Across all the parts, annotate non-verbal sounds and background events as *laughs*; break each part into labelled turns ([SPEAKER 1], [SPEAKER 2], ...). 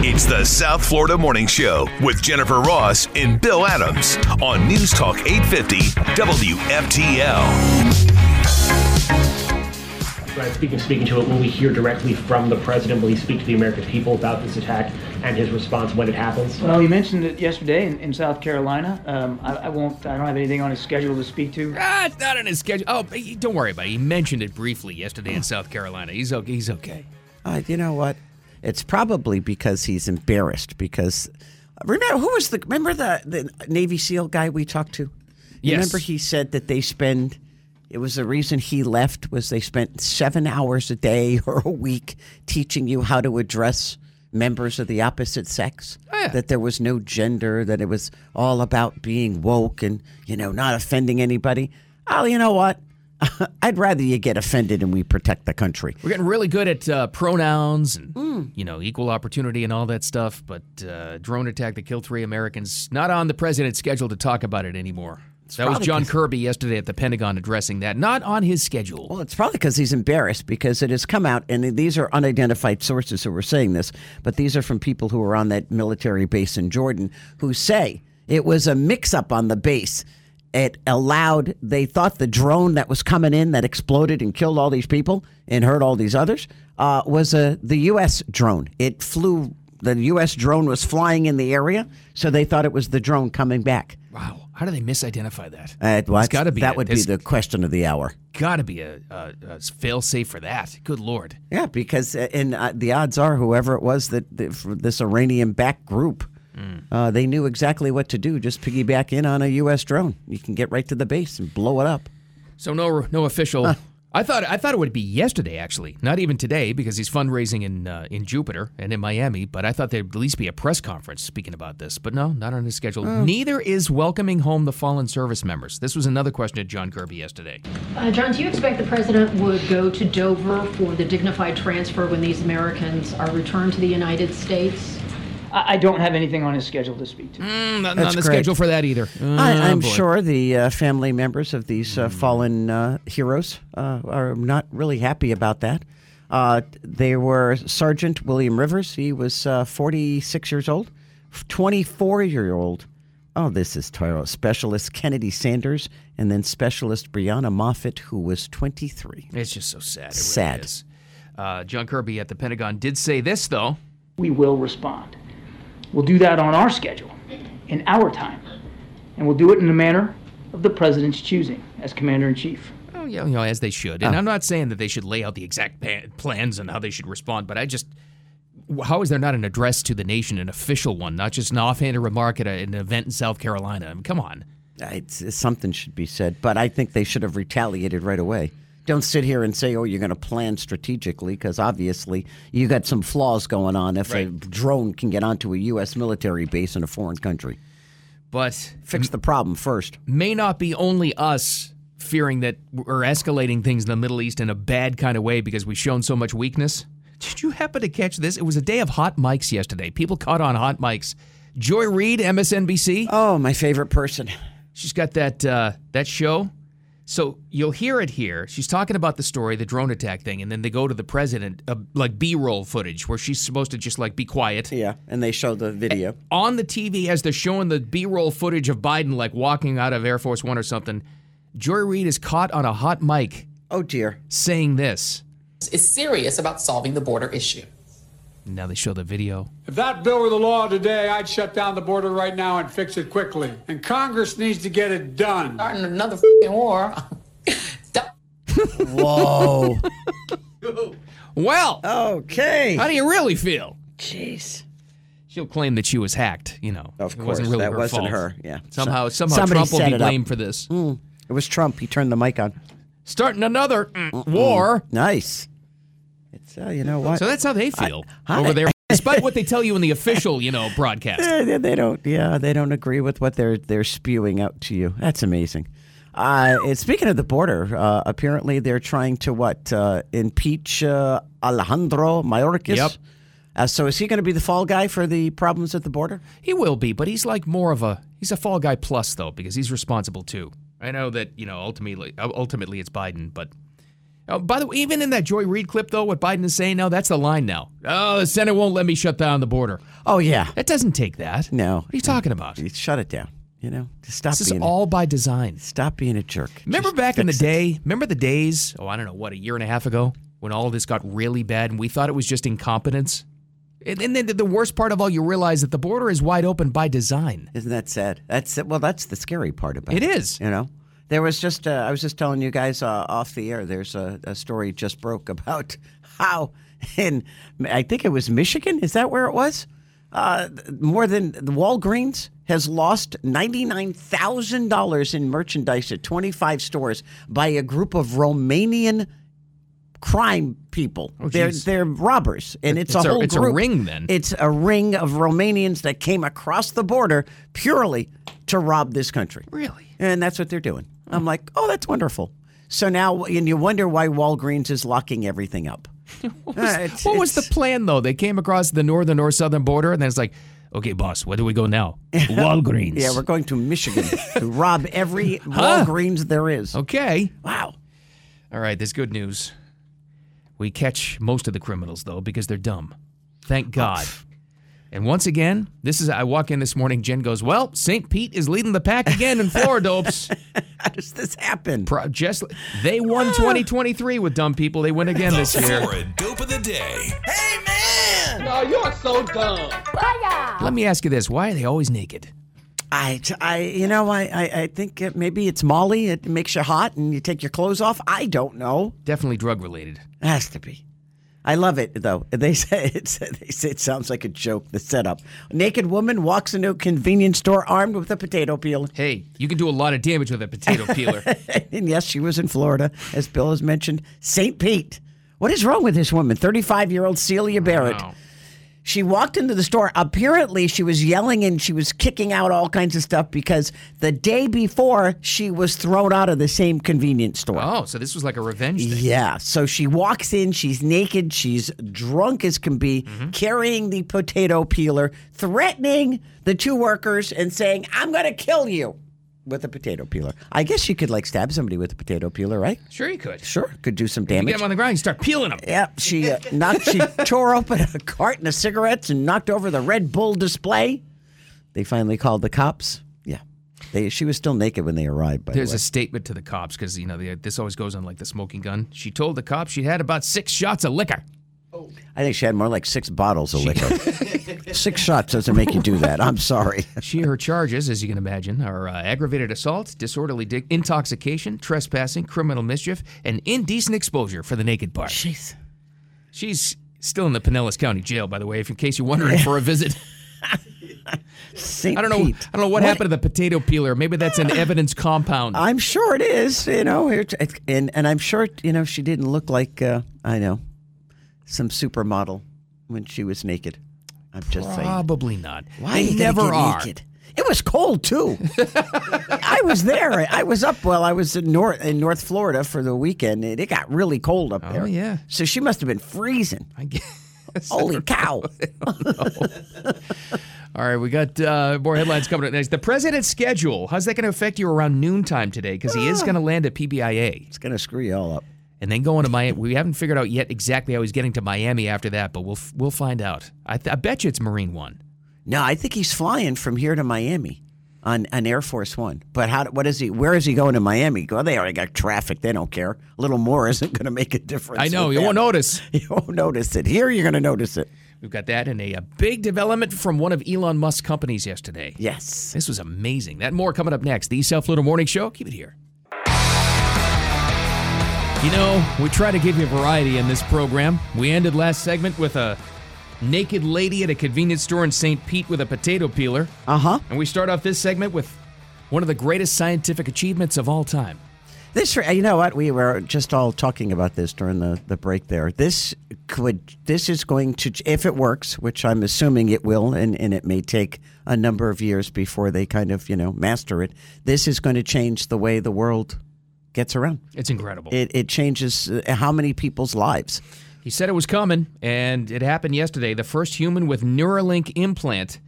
[SPEAKER 1] It's the South Florida Morning Show with Jennifer Ross and Bill Adams on News Talk 850 WFTL.
[SPEAKER 2] Right, speaking, speaking to it, will we hear directly from the president? Will he speak to the American people about this attack and his response when it happens?
[SPEAKER 3] Well, he mentioned it yesterday in, in South Carolina. Um, I, I won't. I don't have anything on his schedule to speak to.
[SPEAKER 4] Ah, it's not on his schedule. Oh, but he- don't worry about it. He mentioned it briefly yesterday in South Carolina. He's okay. He's okay.
[SPEAKER 5] Uh, you know what? It's probably because he's embarrassed. Because remember who was the remember the, the Navy SEAL guy we talked to?
[SPEAKER 4] Yes.
[SPEAKER 5] Remember he said that they spend. It was the reason he left was they spent seven hours a day *laughs* or a week teaching you how to address members of the opposite sex.
[SPEAKER 4] Oh, yeah.
[SPEAKER 5] That there was no gender. That it was all about being woke and you know not offending anybody. Oh, you know what? *laughs* I'd rather you get offended and we protect the country.
[SPEAKER 4] We're getting really good at uh, pronouns and you know equal opportunity and all that stuff. But uh, drone attack that killed three Americans not on the president's schedule to talk about it anymore. that was
[SPEAKER 5] probably
[SPEAKER 4] John
[SPEAKER 5] 'cause-
[SPEAKER 4] Kirby yesterday at the Pentagon addressing that. Not on his schedule.
[SPEAKER 5] Well, it's probably because he's embarrassed because it has come out, and these are unidentified sources who were saying this, but these are from people who were on that military base in Jordan who say it was a mix up on the base. It allowed, they thought the drone that was coming in that exploded and killed all these people and hurt all these others uh, was a, the U.S. drone. It flew, the U.S. drone was flying in the area, so they thought it was the drone coming back.
[SPEAKER 4] Wow, how do they misidentify that?
[SPEAKER 5] Uh, well,
[SPEAKER 4] it's got to be
[SPEAKER 5] that
[SPEAKER 4] it.
[SPEAKER 5] would
[SPEAKER 4] It's
[SPEAKER 5] be the question of the hour.
[SPEAKER 4] got to be a, a, a fail safe for that. Good lord.
[SPEAKER 5] Yeah, because uh, and uh, the odds are whoever it was that, that for this Iranian backed group, uh, they knew exactly what to do. Just piggyback in on a U.S. drone. You can get right to the base and blow it up.
[SPEAKER 4] So no, no official. I thought I thought it would be yesterday, actually, not even today, because he's fundraising in uh, in Jupiter and in Miami. But I thought there'd at least be a press conference speaking about this. But no, not on his schedule.
[SPEAKER 5] Oh.
[SPEAKER 4] Neither is welcoming home the fallen service members. This was another question to John Kirby yesterday.
[SPEAKER 6] Uh, John, do you expect the president would go to Dover for the dignified transfer when these Americans are returned to the United States?
[SPEAKER 3] I, I don't have anything on his schedule to speak to.
[SPEAKER 4] Mm, Not on
[SPEAKER 5] That's
[SPEAKER 4] the
[SPEAKER 5] great.
[SPEAKER 4] schedule for that either.
[SPEAKER 5] I,
[SPEAKER 4] Oh,
[SPEAKER 5] I'm
[SPEAKER 4] boy.
[SPEAKER 5] sure the uh, family members of these uh, fallen uh, heroes uh, are not really happy about that. Uh, they were Sergeant William Rivers. He was uh, 46 years old. 24 year old. Oh, this is terrible. Specialist Kennedy Sanders, and then Specialist Brianna Moffat, who was 23.
[SPEAKER 4] It's just so sad. It really
[SPEAKER 5] Sad.
[SPEAKER 4] is. Uh, John Kirby at the Pentagon did say this though.
[SPEAKER 3] We will respond. We'll do that on our schedule, in our time, and we'll do it in the manner of the president's choosing as commander in chief.
[SPEAKER 4] Oh, yeah, you know, as they should. And I'm not saying that they should lay out the exact pa- plans and how they should respond, but I just, how is there not an address to the nation, an official one, not just an offhand remark at a, an event in South Carolina? I mean, come on.
[SPEAKER 5] Uh, It's, it's- something should be said, but I think they should have retaliated right away. Don't sit here and say, "Oh, you're going to plan strategically," because obviously you got some flaws going on. If a
[SPEAKER 4] Right.
[SPEAKER 5] drone can get onto a U.S. military base in a foreign country,
[SPEAKER 4] But
[SPEAKER 5] fix the problem first.
[SPEAKER 4] may not be only us fearing that we're escalating things in the Middle East in a bad kind of way because we've shown so much weakness. Did you happen to catch this? It was a day of hot mics yesterday. People caught on hot mics. Joy Reid, MSNBC.
[SPEAKER 5] Oh, my favorite person. *laughs*
[SPEAKER 4] She's got that uh, that show. So you'll hear it here. She's talking about the story, the drone attack thing, and then they go to the president, uh, like B-roll footage, where she's supposed to just like be quiet
[SPEAKER 5] Yeah, and they show the video.
[SPEAKER 4] on the TV as they're showing the B-roll footage of Biden like walking out of Air Force One or something. Joy Reid is caught on a hot mic
[SPEAKER 5] Oh dear.
[SPEAKER 4] saying this.
[SPEAKER 7] is serious about solving the border issue.
[SPEAKER 4] And Now they show the video.
[SPEAKER 8] If that bill were the law today, I'd shut down the border right now and fix it quickly. And Congress needs to get it done.
[SPEAKER 7] Starting another f***ing war. *laughs* Don't-
[SPEAKER 5] Whoa.
[SPEAKER 4] Well,
[SPEAKER 5] okay.
[SPEAKER 4] how do you really feel?
[SPEAKER 5] Jeez.
[SPEAKER 4] She'll claim that she was hacked. You know,
[SPEAKER 5] Of
[SPEAKER 4] it wasn't
[SPEAKER 5] course,
[SPEAKER 4] really
[SPEAKER 5] that
[SPEAKER 4] her
[SPEAKER 5] wasn't
[SPEAKER 4] fault.
[SPEAKER 5] her, yeah.
[SPEAKER 4] Somehow,
[SPEAKER 5] So-
[SPEAKER 4] somehow
[SPEAKER 5] somebody
[SPEAKER 4] Trump will
[SPEAKER 5] set
[SPEAKER 4] be
[SPEAKER 5] it up.
[SPEAKER 4] blamed for this.
[SPEAKER 5] It was Trump. He turned the mic on.
[SPEAKER 4] starting another mm, war.
[SPEAKER 5] Nice. It's uh, you know what?
[SPEAKER 4] So that's how they feel
[SPEAKER 5] I-
[SPEAKER 4] over
[SPEAKER 5] *laughs*
[SPEAKER 4] there, despite what they tell you in the official, you know, broadcast.
[SPEAKER 5] Eh, they, they don't. *laughs* Yeah, they don't agree with what they're they're spewing out to you. That's amazing. Uh, and speaking of the border, uh, apparently they're trying to what uh, impeach uh, Alejandro Mayorkas.
[SPEAKER 4] Yep.
[SPEAKER 5] Uh, so is he going to be the fall guy for the problems at the border?
[SPEAKER 4] He will be, but he's like more of a he's a fall guy plus though because he's responsible too. I know that you know ultimately ultimately it's uh, Biden, but Uh, by the way, even in that Joy Reid clip, though, what Biden is saying now, that's the line now. Oh, the Senate won't let me shut down the border.
[SPEAKER 5] Oh yeah,
[SPEAKER 4] That doesn't take that.
[SPEAKER 5] No.
[SPEAKER 4] What are you talking about?
[SPEAKER 5] Just shut it down. You know, Just stop
[SPEAKER 4] This is
[SPEAKER 5] being
[SPEAKER 4] all by design.
[SPEAKER 5] stop being a jerk.
[SPEAKER 4] Remember
[SPEAKER 5] Just
[SPEAKER 4] back in the
[SPEAKER 5] fix it.
[SPEAKER 4] day? Remember the days? Oh, I don't know what a year and a half ago when all of this got really bad and we thought it was just incompetence. And, and then the- the worst part of all, you realize that the border is wide open by design.
[SPEAKER 5] Isn't that sad? That's well, that's the scary part about it.
[SPEAKER 4] It is.
[SPEAKER 5] You know, there was just uh, I was just telling you guys uh, off the air. There's a, a story just broke *laughs* about how in I think it was Michigan. Is that where it was? Uh, more than the Walgreens has lost ninety nine thousand dollars in merchandise at twenty five stores by a group of Romanian crime people. they're
[SPEAKER 4] geez.
[SPEAKER 5] they're robbers, and it's,
[SPEAKER 4] Oh, It's
[SPEAKER 5] a
[SPEAKER 4] a-
[SPEAKER 5] whole
[SPEAKER 4] it's a
[SPEAKER 5] group.
[SPEAKER 4] ring, then.
[SPEAKER 5] It's a ring of Romanians that came across the border purely to rob this country.
[SPEAKER 4] Really?
[SPEAKER 5] And that's what they're doing. I'm like, oh, that's wonderful. So now, and you wonder why Walgreens is locking everything up.
[SPEAKER 4] *laughs* What was,
[SPEAKER 5] Uh, it's-
[SPEAKER 4] what was the
[SPEAKER 5] it's-
[SPEAKER 4] plan, though? They came across the northern or southern border, and then it's like, okay, boss, where do we go
[SPEAKER 5] *laughs*
[SPEAKER 4] now? Walgreens.
[SPEAKER 5] Yeah, we're going to Michigan
[SPEAKER 4] *laughs*
[SPEAKER 5] to rob every Walgreens there is.
[SPEAKER 4] Oh. okay.
[SPEAKER 5] Wow.
[SPEAKER 4] All right, there's good news. We catch most of the criminals though because they're dumb. Thank God. And once again, this is I walk in this morning. Jen goes, "Well, St. Pete is leading the pack again in Floridopes.
[SPEAKER 5] How does this happen?
[SPEAKER 4] Pro- just they won 2023 with dumb people. They win again this year.
[SPEAKER 1] Florida Dope of the Day.
[SPEAKER 4] Let me ask you this: Why are they always naked?
[SPEAKER 5] I, I, you know, I, I, I think it, maybe it's Molly. It makes you hot and you take your clothes off. I don't know.
[SPEAKER 4] Definitely drug related.
[SPEAKER 5] Has to be. I love it though. *laughs* They say it's, they say it sounds like a joke. The setup: naked woman walks into a convenience store armed with a potato peeler.
[SPEAKER 4] Hey, you can do a lot of damage with a potato peeler.
[SPEAKER 5] *laughs* and yes, she was in Florida, as Bill has mentioned. St. Pete. What is wrong with this woman? Thirty-five-year-old Celia Barrett.
[SPEAKER 4] Wow.
[SPEAKER 5] She walked into the store. Apparently, she was yelling and she was kicking out all kinds of stuff because the day before she was thrown out of the same convenience store.
[SPEAKER 4] Oh, so this was like a revenge thing.
[SPEAKER 5] Yeah. So she walks in, she's naked, she's drunk as can be,
[SPEAKER 4] Mm-hmm.
[SPEAKER 5] carrying the potato peeler, threatening the two workers and saying, I'm going to kill you with a potato peeler. I guess you could like stab somebody with a potato peeler, right?
[SPEAKER 4] Sure, you could.
[SPEAKER 5] Sure. Could do some
[SPEAKER 4] You
[SPEAKER 5] damage.
[SPEAKER 4] get them on the ground, you start peeling them.
[SPEAKER 5] Yeah,
[SPEAKER 4] *laughs*
[SPEAKER 5] she uh, knocked. She tore open a carton of cigarettes and knocked over the Red Bull display. They finally called the cops. Yeah, they, she was still naked when they arrived. By
[SPEAKER 4] There's
[SPEAKER 5] the way.
[SPEAKER 4] a statement to the cops because you know they, this always goes on like the smoking gun. She told the cops she had about six shots of liquor.
[SPEAKER 5] I think she had more like six bottles of
[SPEAKER 4] *laughs*
[SPEAKER 5] liquor. six shots doesn't make you do that. I'm sorry.
[SPEAKER 4] She her charges, as you can imagine, are uh, aggravated assault, disorderly di- intoxication, trespassing, criminal mischief, and indecent exposure for the naked part. Jeez, she's still in the Pinellas County Jail, by the way, if in case you're wondering for a visit.
[SPEAKER 5] St.
[SPEAKER 4] I don't know.
[SPEAKER 5] Pete.
[SPEAKER 4] I don't know what, happened to the potato peeler. Maybe that's
[SPEAKER 5] *laughs*
[SPEAKER 4] an evidence compound.
[SPEAKER 5] I'm sure it is. You know, it- it- and and I'm sure you know she didn't look like uh, I know some supermodel when she was naked. I'm just saying.
[SPEAKER 4] Probably not.
[SPEAKER 5] are
[SPEAKER 4] they
[SPEAKER 5] you gonna
[SPEAKER 4] never
[SPEAKER 5] get
[SPEAKER 4] are.
[SPEAKER 5] naked? It was cold too.
[SPEAKER 4] *laughs*
[SPEAKER 5] I was there. I was up. Well, I was in North in North Florida for the weekend, and it got really cold up there.
[SPEAKER 4] Oh, yeah.
[SPEAKER 5] So she must have
[SPEAKER 4] *laughs*
[SPEAKER 5] been freezing.
[SPEAKER 4] I guess.
[SPEAKER 5] Holy cow!
[SPEAKER 4] All right, we got uh, more headlines coming up next. The president's schedule. How's that going to affect you around noontime today? Because he is going to land at PBIA
[SPEAKER 5] It's gonna screw you all up.
[SPEAKER 4] and then going to Miami. We haven't figured out yet exactly how he's getting to Miami after that, but we'll f- we'll find out. I, th- I bet you it's Marine One.
[SPEAKER 5] No, I think he's flying from here to Miami on an Air Force One. But how? What is he? Where is he going to Miami? Well, they already got traffic. They don't care. A little more isn't going to make a difference.
[SPEAKER 4] I know
[SPEAKER 5] with
[SPEAKER 4] you won't
[SPEAKER 5] them.
[SPEAKER 4] notice.
[SPEAKER 5] *laughs* You won't notice it here. You're going to notice it.
[SPEAKER 4] We've got that and a, a big development from one of Elon Musk's companies yesterday.
[SPEAKER 5] Yes.
[SPEAKER 4] This was amazing. That and more coming up next. The South Florida Morning Show. Keep it here. You know, we try to give you variety in this program. We ended last segment with a naked lady at a convenience store in St. Pete with a potato peeler.
[SPEAKER 5] Uh huh.
[SPEAKER 4] And we start off this segment with one of the greatest scientific achievements of all time.
[SPEAKER 5] This, uh, you know what? We were just all talking about this during the, the break there. This could, this is going to, if it works, which I'm assuming it will, and, and it may take a number of years before they kind of, you know, master it. This is going to change the way the world gets around.
[SPEAKER 4] It's incredible.
[SPEAKER 5] It, it changes uh, how many people's lives.
[SPEAKER 4] He said it was coming, and it happened yesterday. The first human with Neuralink implant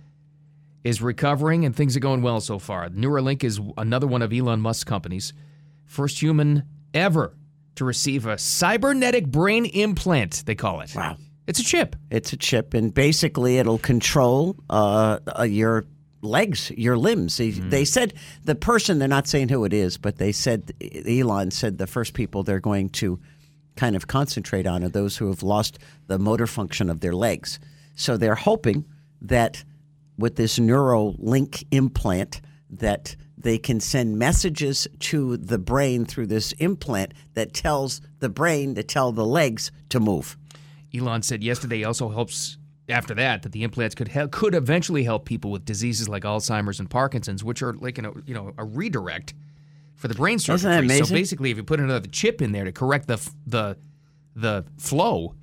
[SPEAKER 4] is recovering, and things are going well so far. Neuralink is another one of Elon Musk's companies. First human ever to receive a cybernetic brain implant, they call it.
[SPEAKER 5] Wow.
[SPEAKER 4] It's a chip.
[SPEAKER 5] It's a chip, and basically it'll control uh, uh, your legs, your limbs. They- They said the person, they're not saying who it is, but they said E-, Elon said the first people they're going to kind of concentrate on are those who have lost the motor function of their legs. So they're hoping that with this Neuralink implant that they can send messages to the brain through this implant that tells the brain to tell the legs to move.
[SPEAKER 4] Elon said yesterday also helps after that that the implants could help, could eventually help people with diseases like Alzheimer's and Parkinson's, which are like you know, you know a redirect for the brain surgery.
[SPEAKER 5] Isn't that
[SPEAKER 4] So
[SPEAKER 5] amazing?
[SPEAKER 4] basically, if you put another chip in there to correct the f- the the flow,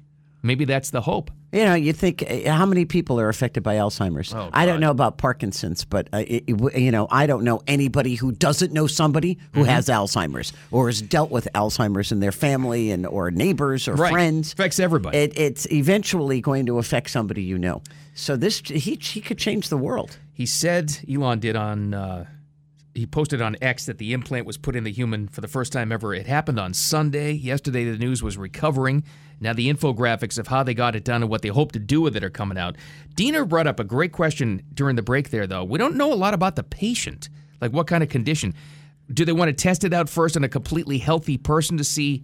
[SPEAKER 4] maybe that's the hope.
[SPEAKER 5] You know, you think uh, how many people are affected by Alzheimer's?
[SPEAKER 4] Oh,
[SPEAKER 5] I don't
[SPEAKER 4] God.
[SPEAKER 5] know about Parkinson's, but uh, it, it w- you know, I don't know anybody who doesn't know somebody who
[SPEAKER 4] Mm-hmm.
[SPEAKER 5] has Alzheimer's or has dealt with Alzheimer's in their family and or neighbors or
[SPEAKER 4] Right.
[SPEAKER 5] friends.
[SPEAKER 4] Affects everybody.
[SPEAKER 5] It, it's eventually going to affect somebody you know. So this he he could change the world.
[SPEAKER 4] He said Elon did on uh, he posted on X that the implant was put in the human for the first time ever. It happened on Sunday. Yesterday, the news was recovering. Now the infographics of how they got it done and what they hope to do with it are coming out. Diener brought up a great question during the break there, though. We don't know a lot about the patient, like what kind of condition. Do they want to test it out first on a completely healthy person to see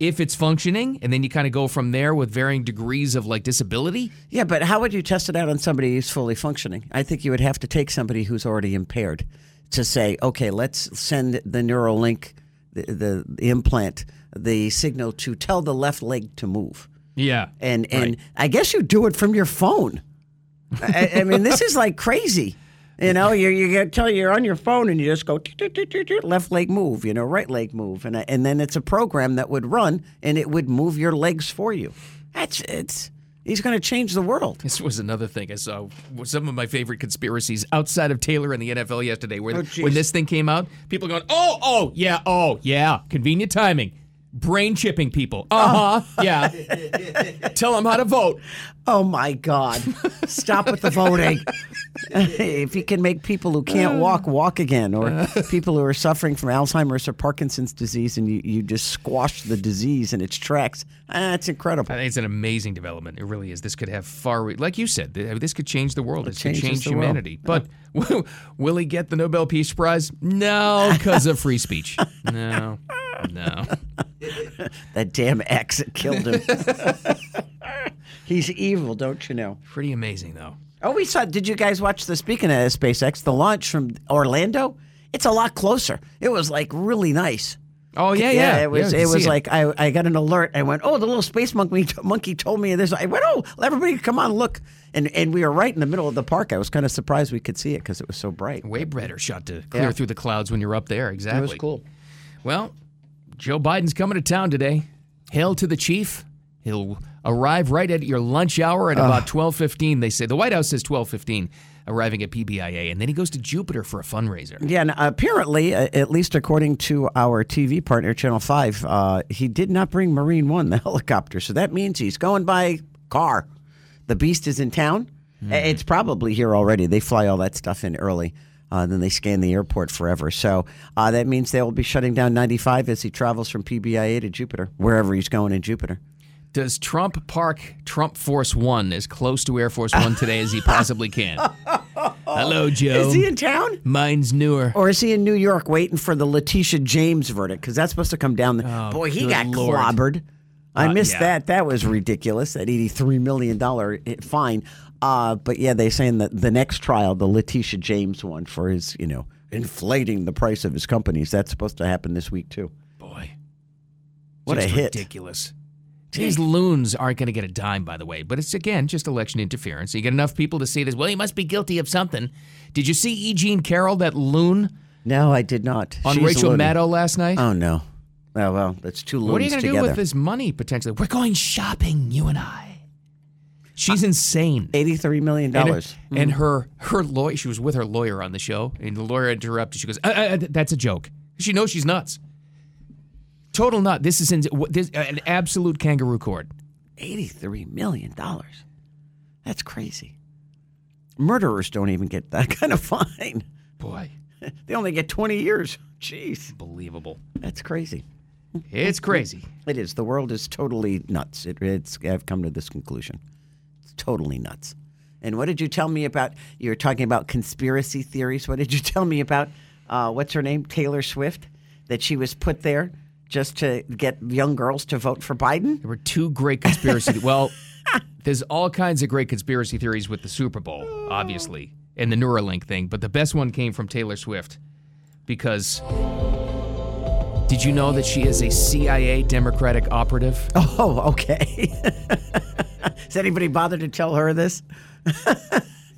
[SPEAKER 4] if it's functioning, and then you kind of go from there with varying degrees of like disability?
[SPEAKER 5] Yeah, but how would you test it out on somebody who's fully functioning? I think you would have to take somebody who's already impaired to say, okay, let's send the Neuralink, the, the, the implant, the signal to tell the left leg to move.
[SPEAKER 4] Yeah,
[SPEAKER 5] And and I guess you do it from your phone. I, I mean, this is like crazy. You know, you you get- tell you're on your phone and you just go "Toot, toot, toot, toot, toot," left leg move, you know, right leg move, and I- and then it's a program that would run and it would move your legs for you. That's it's he's going to change the world.
[SPEAKER 4] This was another thing I saw. was Some of my favorite conspiracies outside of Taylor and the NFL yesterday, where
[SPEAKER 5] Oh, jeez.
[SPEAKER 4] when this thing came out, people going, "Oh, oh, yeah, oh, yeah, convenient timing, brain chipping people, uh huh,
[SPEAKER 5] *laughs*
[SPEAKER 4] yeah, tell them how to vote."
[SPEAKER 5] Oh my God! Stop with the voting. if you can make people who can't walk walk again, or people who are suffering from Alzheimer's or Parkinson's disease, and you, you just squash the disease in its tracks, ah, it's
[SPEAKER 4] I
[SPEAKER 5] incredible.
[SPEAKER 4] think it's an amazing development. It really is. This could have far, re- like you said, th- this could change the world. This could
[SPEAKER 5] changes
[SPEAKER 4] change
[SPEAKER 5] the world.
[SPEAKER 4] humanity. But will, will he get the Nobel Peace Prize? No, because of free
[SPEAKER 5] *laughs*
[SPEAKER 4] speech. No, no.
[SPEAKER 5] That damn axe that killed him. He's evil, don't you know?
[SPEAKER 4] Pretty amazing though.
[SPEAKER 5] Oh, we saw. Did you guys watch the? Speaking of SpaceX, the launch from Orlando. It's a lot closer. It was like really nice.
[SPEAKER 4] Oh yeah, yeah.
[SPEAKER 5] it was.
[SPEAKER 4] I
[SPEAKER 5] it
[SPEAKER 4] can
[SPEAKER 5] was
[SPEAKER 4] see
[SPEAKER 5] like I, I got an alert. I went, oh, the little space monkey monkey told me this. I went, oh, everybody, come on, look. And and we were right in the middle of the park. I was kind of surprised we could see it because it was so bright.
[SPEAKER 4] way better shot to clear
[SPEAKER 5] Yeah.
[SPEAKER 4] through the clouds when you're up there. Exactly.
[SPEAKER 5] It was cool.
[SPEAKER 4] Well, Joe Biden's coming to town today. Hail to the chief. He'll arrive right at your lunch hour at about 12:15 they say. The White House says 12:15 arriving at PBIA and then he goes to Jupiter for a fundraiser.
[SPEAKER 5] Yeah, and apparently, uh, at least according to our TV partner, Channel 5, uh, he did not bring Marine One, the *laughs* helicopter. So that means he's going by car. The beast is in town. Uh, It's probably here already. They fly all that stuff in early. Uh, then they scan the airport forever. So uh, that means they will be shutting down 95 as he travels from PBIA to Jupiter, wherever he's going in Jupiter.
[SPEAKER 4] Does Trump park Trump Force 1 as close to Air Force 1 today as he possibly
[SPEAKER 5] *laughs*
[SPEAKER 4] can? Hello Joe.
[SPEAKER 5] Is he in Oh. town?
[SPEAKER 4] Mine's newer.
[SPEAKER 5] Or is he in New York waiting for the Letitia James verdict? Because that's supposed to come down. The, boy, he
[SPEAKER 4] Oh, good
[SPEAKER 5] got
[SPEAKER 4] Lord. Uh,
[SPEAKER 5] clobbered. I missed
[SPEAKER 4] yeah.
[SPEAKER 5] that. That was ridiculous. That eighty-three million dollar eh, fine. Uh, but yeah, they're saying that the next trial, the Letitia James one, for his you know inflating the price of his companies, that's supposed to happen this week too.
[SPEAKER 4] Boy.
[SPEAKER 5] What a
[SPEAKER 4] Just
[SPEAKER 5] hit.
[SPEAKER 4] Ridiculous. These loons aren't going to get a dime, by the way, but it's again just election interference. You get enough people to see this. Well, he must be guilty of something. Did you see E. Jean Carroll, that loon,
[SPEAKER 5] No, I did not.
[SPEAKER 4] on
[SPEAKER 5] She's
[SPEAKER 4] Rachel
[SPEAKER 5] loaded.
[SPEAKER 4] Maddow last night?
[SPEAKER 5] Oh no. Oh well, that's two loons
[SPEAKER 4] what are you going to do
[SPEAKER 5] together.
[SPEAKER 4] with this money potentially? We're going shopping, you and I. She's insane.
[SPEAKER 5] Eighty-three million
[SPEAKER 4] And-
[SPEAKER 5] Uh, dollars. Mm.
[SPEAKER 4] And, her her lawyer, she was with her lawyer on the show, and the lawyer interrupted. She goes, uh, uh, th- "That's a joke." She knows she's nuts. Total nut. This is in, what- this, an absolute kangaroo court.
[SPEAKER 5] $83 million. That's crazy. Murderers don't even get that *laughs* kind of fine.
[SPEAKER 4] Boy,
[SPEAKER 5] *laughs* They only get 20 years. Jeez,
[SPEAKER 4] believable.
[SPEAKER 5] that's crazy.
[SPEAKER 4] It's crazy.
[SPEAKER 5] It is. The world is totally nuts. It, it's. I've come to this conclusion. It's totally nuts. And what did you tell me about? You were talking about conspiracy theories. What did you *laughs* tell me about? Uh, what's her name? Taylor Swift. That she was put there just to get young girls to vote for Biden.
[SPEAKER 4] There were two great conspiracy. well, *laughs* there's all kinds of great conspiracy theories with the Super Bowl, obviously, and the Neuralink thing. But the best one came from Taylor Swift because did you know that she is a CIA Democratic operative?
[SPEAKER 5] *laughs* Oh, okay. Has anybody bothered to tell her this?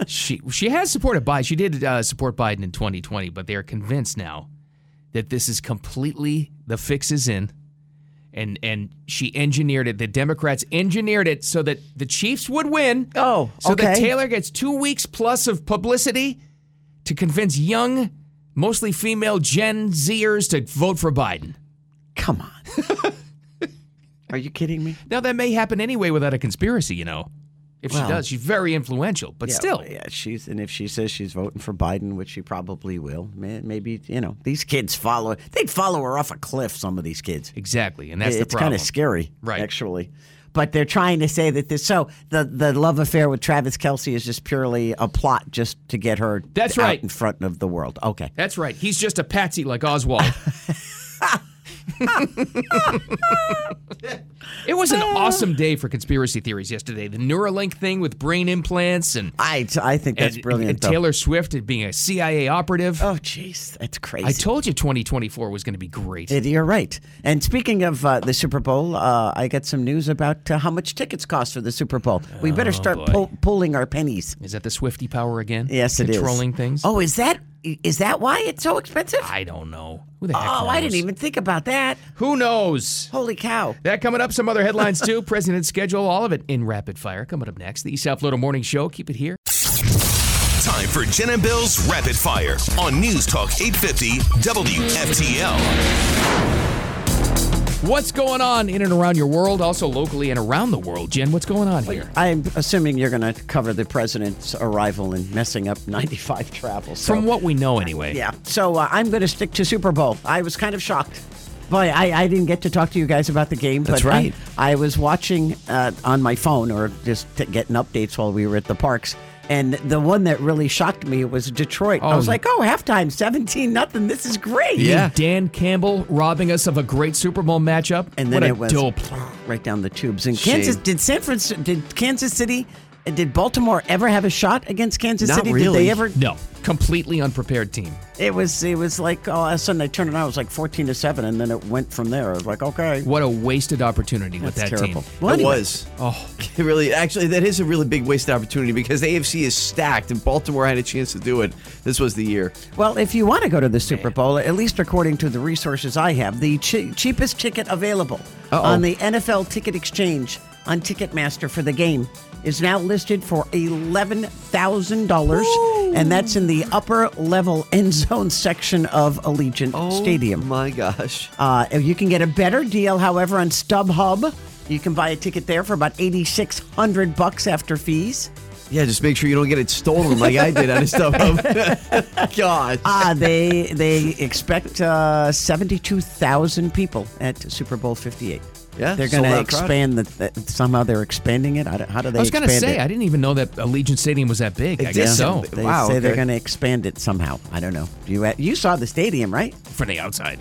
[SPEAKER 4] She she has supported Biden. She did uh, support Biden in 2020, but they are convinced now that this is completely the fix is in, and and she engineered it. The Democrats engineered it so that the Chiefs would win.
[SPEAKER 5] Oh,
[SPEAKER 4] so that
[SPEAKER 5] okay.
[SPEAKER 4] Taylor gets two weeks plus of publicity to convince young, mostly female Gen Zers to vote for Biden.
[SPEAKER 5] Come
[SPEAKER 4] *laughs*
[SPEAKER 5] on. Are you kidding me?
[SPEAKER 4] Now that may happen anyway without a conspiracy, you know. If
[SPEAKER 5] Well-
[SPEAKER 4] she does, she's very influential, but
[SPEAKER 5] Yeah,
[SPEAKER 4] still.
[SPEAKER 5] yeah. She's and if she says she's voting for Biden, which she probably will, may- maybe you know these kids follow. They'd follow her off a cliff. Some of these kids.
[SPEAKER 4] Exactly, and that's the
[SPEAKER 5] it's kind
[SPEAKER 4] problem.
[SPEAKER 5] of scary,
[SPEAKER 4] Right.
[SPEAKER 5] Actually, but they're trying to say that this. So the the love affair with Travis Kelsey is just purely a plot, just to get her.
[SPEAKER 4] That's
[SPEAKER 5] out
[SPEAKER 4] right.
[SPEAKER 5] in front of the world. Okay.
[SPEAKER 4] That's right. He's just a patsy like
[SPEAKER 5] *laughs*
[SPEAKER 4] Oswald. it was an awesome day for conspiracy theories yesterday. The Neuralink thing with brain implants and,
[SPEAKER 5] I, I think that's
[SPEAKER 4] and-
[SPEAKER 5] brilliant.
[SPEAKER 4] and
[SPEAKER 5] though.
[SPEAKER 4] Taylor Swift being a CIA operative.
[SPEAKER 5] Oh, jeez, that's crazy.
[SPEAKER 4] I told you 2024 was going to be great.
[SPEAKER 5] It- You're right. And speaking of uh, the Super Bowl, uh, I got some news about uh, how much tickets cost for the Super Bowl. We
[SPEAKER 4] Oh,
[SPEAKER 5] better start pull, pulling our pennies.
[SPEAKER 4] Is that the Swifty power again?
[SPEAKER 5] Yes, it is.
[SPEAKER 4] Controlling things?
[SPEAKER 5] Oh, is that is that why it's so expensive?
[SPEAKER 4] I don't know. Who the heck
[SPEAKER 5] oh, I didn't
[SPEAKER 4] knows?
[SPEAKER 5] even think about that.
[SPEAKER 4] Who knows?
[SPEAKER 5] Holy cow!
[SPEAKER 4] That coming up, some other headlines too. President's schedule, all of it in rapid fire. Coming up next, the East South Florida Morning Show. Keep it here.
[SPEAKER 1] Time for Jen and Bill's Rapid Fire on News Talk 850 WFTL.
[SPEAKER 4] What's going on in and around your world, also locally and around the world? Jen, what's going on here?
[SPEAKER 5] I'm assuming you're going to cover the president's arrival and messing up 95 travel. So,
[SPEAKER 4] From what we know, anyway.
[SPEAKER 5] Yeah. So uh, I'm going to stick to Super Bowl. I was kind of shocked. Boy, I, I didn't get to talk to you guys about the game.
[SPEAKER 4] That's
[SPEAKER 5] but I-
[SPEAKER 4] right.
[SPEAKER 5] I, was watching uh, on my phone or just t- getting updates while we were at the parks. And the one that really shocked me was Detroit. I
[SPEAKER 4] Oh.
[SPEAKER 5] was like, oh, halftime, 17 nothing. This is great.
[SPEAKER 4] Dan Campbell robbing us of a great Super Bowl matchup.
[SPEAKER 5] And
[SPEAKER 4] what
[SPEAKER 5] then
[SPEAKER 4] a
[SPEAKER 5] it was
[SPEAKER 4] dope.
[SPEAKER 5] right down the tubes. And
[SPEAKER 4] Shame.
[SPEAKER 5] Kansas did San Francisco did Kansas City did Baltimore ever have a shot against Kansas
[SPEAKER 9] Not
[SPEAKER 5] City? Did
[SPEAKER 9] really.
[SPEAKER 5] they ever
[SPEAKER 4] No, completely unprepared team.
[SPEAKER 5] It was it was like all of a sudden I turned it on. It was like fourteen to seven, and then it went from there. I was like, okay,
[SPEAKER 4] What a wasted opportunity with that
[SPEAKER 5] that's terrible.
[SPEAKER 4] team.
[SPEAKER 5] Well,
[SPEAKER 9] it
[SPEAKER 5] anyway,
[SPEAKER 9] was. Oh, it really. Actually, that is a really big wasted opportunity because the AFC is stacked, and Baltimore had a chance to do it. This was the year.
[SPEAKER 5] Well, if you want to go to the Super Bowl, at least according to the resources I have, the chi- cheapest ticket available on the NFL Ticket Exchange on Ticketmaster for the game is now listed for eleven thousand dollars, and that's in the upper level end zone section of Allegiant Stadium.
[SPEAKER 9] Oh My gosh.
[SPEAKER 5] Uh, you can get a better deal, however, on StubHub. You can buy a ticket there for about eighty six hundred bucks after fees.
[SPEAKER 9] Yeah, just make sure you don't get it stolen like I did out
[SPEAKER 8] *laughs*
[SPEAKER 9] of stuff. *laughs* God.
[SPEAKER 8] Uh,
[SPEAKER 5] Ah, they they expect uh, seventy two thousand people at Super Bowl Fifty Eight.
[SPEAKER 9] Yeah,
[SPEAKER 5] they're going
[SPEAKER 9] sold
[SPEAKER 5] to
[SPEAKER 9] out crowd.
[SPEAKER 5] expand the, the- somehow. They're expanding it. I don't, how do they?
[SPEAKER 4] I was
[SPEAKER 5] going
[SPEAKER 4] gonna
[SPEAKER 5] to
[SPEAKER 4] say,
[SPEAKER 5] it?
[SPEAKER 4] I didn't even know that Allegiant Stadium was that big. I
[SPEAKER 9] It
[SPEAKER 4] guess
[SPEAKER 9] is.
[SPEAKER 4] so.
[SPEAKER 5] They
[SPEAKER 9] Wow,
[SPEAKER 5] say they're
[SPEAKER 9] okay.
[SPEAKER 5] going to expand it somehow. I don't know. You you saw the stadium, right?
[SPEAKER 4] From the outside,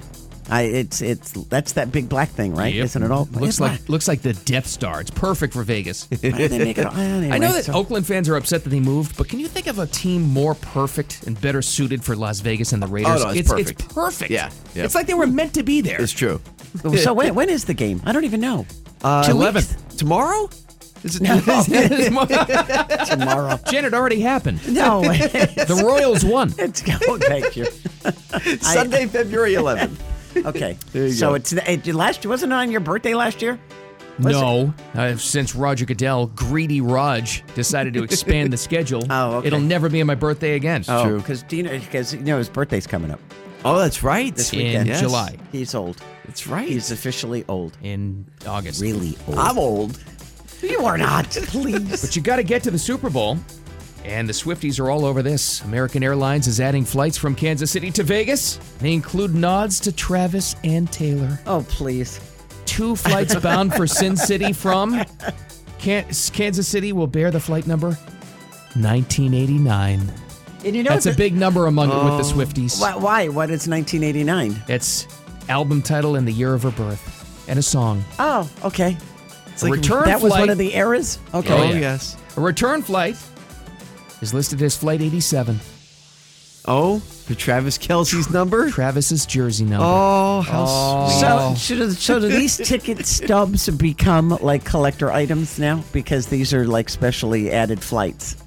[SPEAKER 5] I it's it's that's that big black thing, right?
[SPEAKER 4] Yep.
[SPEAKER 5] Isn't it all?
[SPEAKER 4] Looks
[SPEAKER 5] Why-
[SPEAKER 4] like looks like the Death Star. It's perfect for Vegas.
[SPEAKER 5] why did they
[SPEAKER 4] *laughs*
[SPEAKER 5] make it all- anyway,
[SPEAKER 4] I know that
[SPEAKER 5] so-
[SPEAKER 4] Oakland fans are upset that they moved, but can you think of a team more perfect and better suited for Las Vegas and the Raiders?
[SPEAKER 9] Oh, no, it's
[SPEAKER 4] It's
[SPEAKER 9] perfect.
[SPEAKER 4] perfect.
[SPEAKER 9] Yeah, yeah.
[SPEAKER 4] It's like they were meant to be there.
[SPEAKER 9] It's true.
[SPEAKER 4] oh, *laughs*
[SPEAKER 5] so when, when is the game? I don't even know.
[SPEAKER 9] Uh,
[SPEAKER 5] Two weeks?
[SPEAKER 9] 11th. Tomorrow? Is it
[SPEAKER 4] *laughs*
[SPEAKER 9] *laughs*
[SPEAKER 5] tomorrow.
[SPEAKER 4] Jen, it already happened. *laughs*
[SPEAKER 5] No,
[SPEAKER 4] The Royals
[SPEAKER 9] *laughs*
[SPEAKER 4] won.
[SPEAKER 5] it's *laughs* oh, thank you.
[SPEAKER 9] Sunday, February 11th.
[SPEAKER 5] Okay,
[SPEAKER 9] *laughs* There you
[SPEAKER 5] so
[SPEAKER 9] go.
[SPEAKER 5] it's it, last. Wasn't it on your birthday last year?
[SPEAKER 4] No, uh, since Roger Goodell, greedy Raj, decided to
[SPEAKER 9] *laughs*
[SPEAKER 4] expand the schedule,
[SPEAKER 5] Oh, okay.
[SPEAKER 4] it'll never be on my birthday again.
[SPEAKER 5] Oh, because Dina, because you know his birthday's coming up.
[SPEAKER 9] Oh, that's right.
[SPEAKER 5] This
[SPEAKER 4] In
[SPEAKER 5] weekend.
[SPEAKER 9] Yes.
[SPEAKER 4] July,
[SPEAKER 5] He's old.
[SPEAKER 9] That's right.
[SPEAKER 5] He's officially old.
[SPEAKER 4] in August.
[SPEAKER 5] Really old.
[SPEAKER 9] I'm old. *laughs*
[SPEAKER 5] You are not. Please.
[SPEAKER 4] But you got to get to the Super Bowl And the Swifties are all over this. American Airlines is adding flights from Kansas City to Vegas. They include nods to Travis and Taylor.
[SPEAKER 5] Oh, please.
[SPEAKER 4] Two
[SPEAKER 5] *laughs*
[SPEAKER 4] flights bound for Sin City from Can- Kansas City will bear the flight number 1989.
[SPEAKER 5] And you know
[SPEAKER 4] That's a
[SPEAKER 5] the- Oh.
[SPEAKER 4] big number among with the Swifties.
[SPEAKER 5] Why? Why? What is 1989?
[SPEAKER 4] It's album title and the year of her birth, and a song.
[SPEAKER 5] Oh, okay.
[SPEAKER 9] It's like-
[SPEAKER 4] return
[SPEAKER 5] that was
[SPEAKER 4] flight-
[SPEAKER 5] one of the eras. Okay.
[SPEAKER 9] Oh,
[SPEAKER 4] yeah.
[SPEAKER 9] yes.
[SPEAKER 4] A return flight is listed as Flight 87,
[SPEAKER 9] Oh, for Travis Kelsey's
[SPEAKER 5] *laughs*
[SPEAKER 9] number.
[SPEAKER 4] Travis's jersey number.
[SPEAKER 9] Oh, how sweet.
[SPEAKER 5] So, should, so do these ticket stubs become like collector items now? Because these are like specially added flights.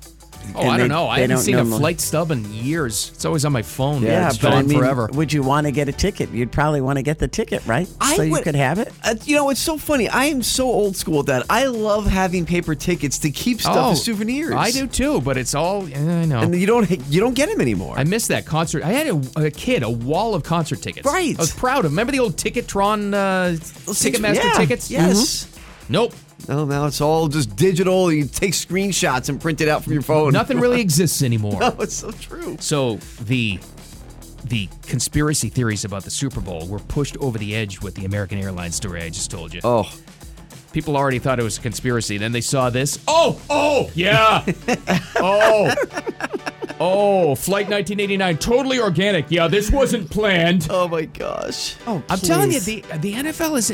[SPEAKER 4] Oh,
[SPEAKER 5] and
[SPEAKER 4] I
[SPEAKER 5] they-
[SPEAKER 4] don't know.
[SPEAKER 5] they
[SPEAKER 4] I haven't
[SPEAKER 5] don't
[SPEAKER 4] seen
[SPEAKER 5] normally-
[SPEAKER 4] a flight stub in years. It's always on my phone. it's
[SPEAKER 5] but
[SPEAKER 4] gone
[SPEAKER 5] I mean,
[SPEAKER 4] forever.
[SPEAKER 5] would you want to get a ticket? You'd probably want to get the ticket, right? so you could have it.
[SPEAKER 9] Uh, you know, it's so funny. I am so old school with that I love having paper tickets to keep stuff
[SPEAKER 8] Oh,
[SPEAKER 9] as souvenirs.
[SPEAKER 4] Oh, I do too, but it's all eh, I know.
[SPEAKER 9] and you don't you don't get them anymore.
[SPEAKER 4] I miss that concert. I had a, a kid a wall of concert tickets.
[SPEAKER 9] Right.
[SPEAKER 4] I was proud of. Remember the old Ticketron, uh, Ticketmaster
[SPEAKER 9] yeah,
[SPEAKER 4] tickets?
[SPEAKER 9] Yes.
[SPEAKER 4] Mhm. Nope.
[SPEAKER 9] No, Oh, now it's all just digital. You take screenshots and print it out from your phone.
[SPEAKER 4] Nothing really exists anymore.
[SPEAKER 9] Oh, it's so true.
[SPEAKER 4] So the the conspiracy theories about the Super Bowl were pushed over the edge with the American Airlines story I just told you.
[SPEAKER 9] Oh,
[SPEAKER 4] People already thought it was a conspiracy. Then they saw this. Oh, oh, *laughs* yeah. oh. Oh, flight 1989, totally organic. Yeah, this wasn't planned.
[SPEAKER 9] oh my gosh.
[SPEAKER 5] Oh,
[SPEAKER 4] I'm telling you,
[SPEAKER 5] please.
[SPEAKER 4] the the NFL is.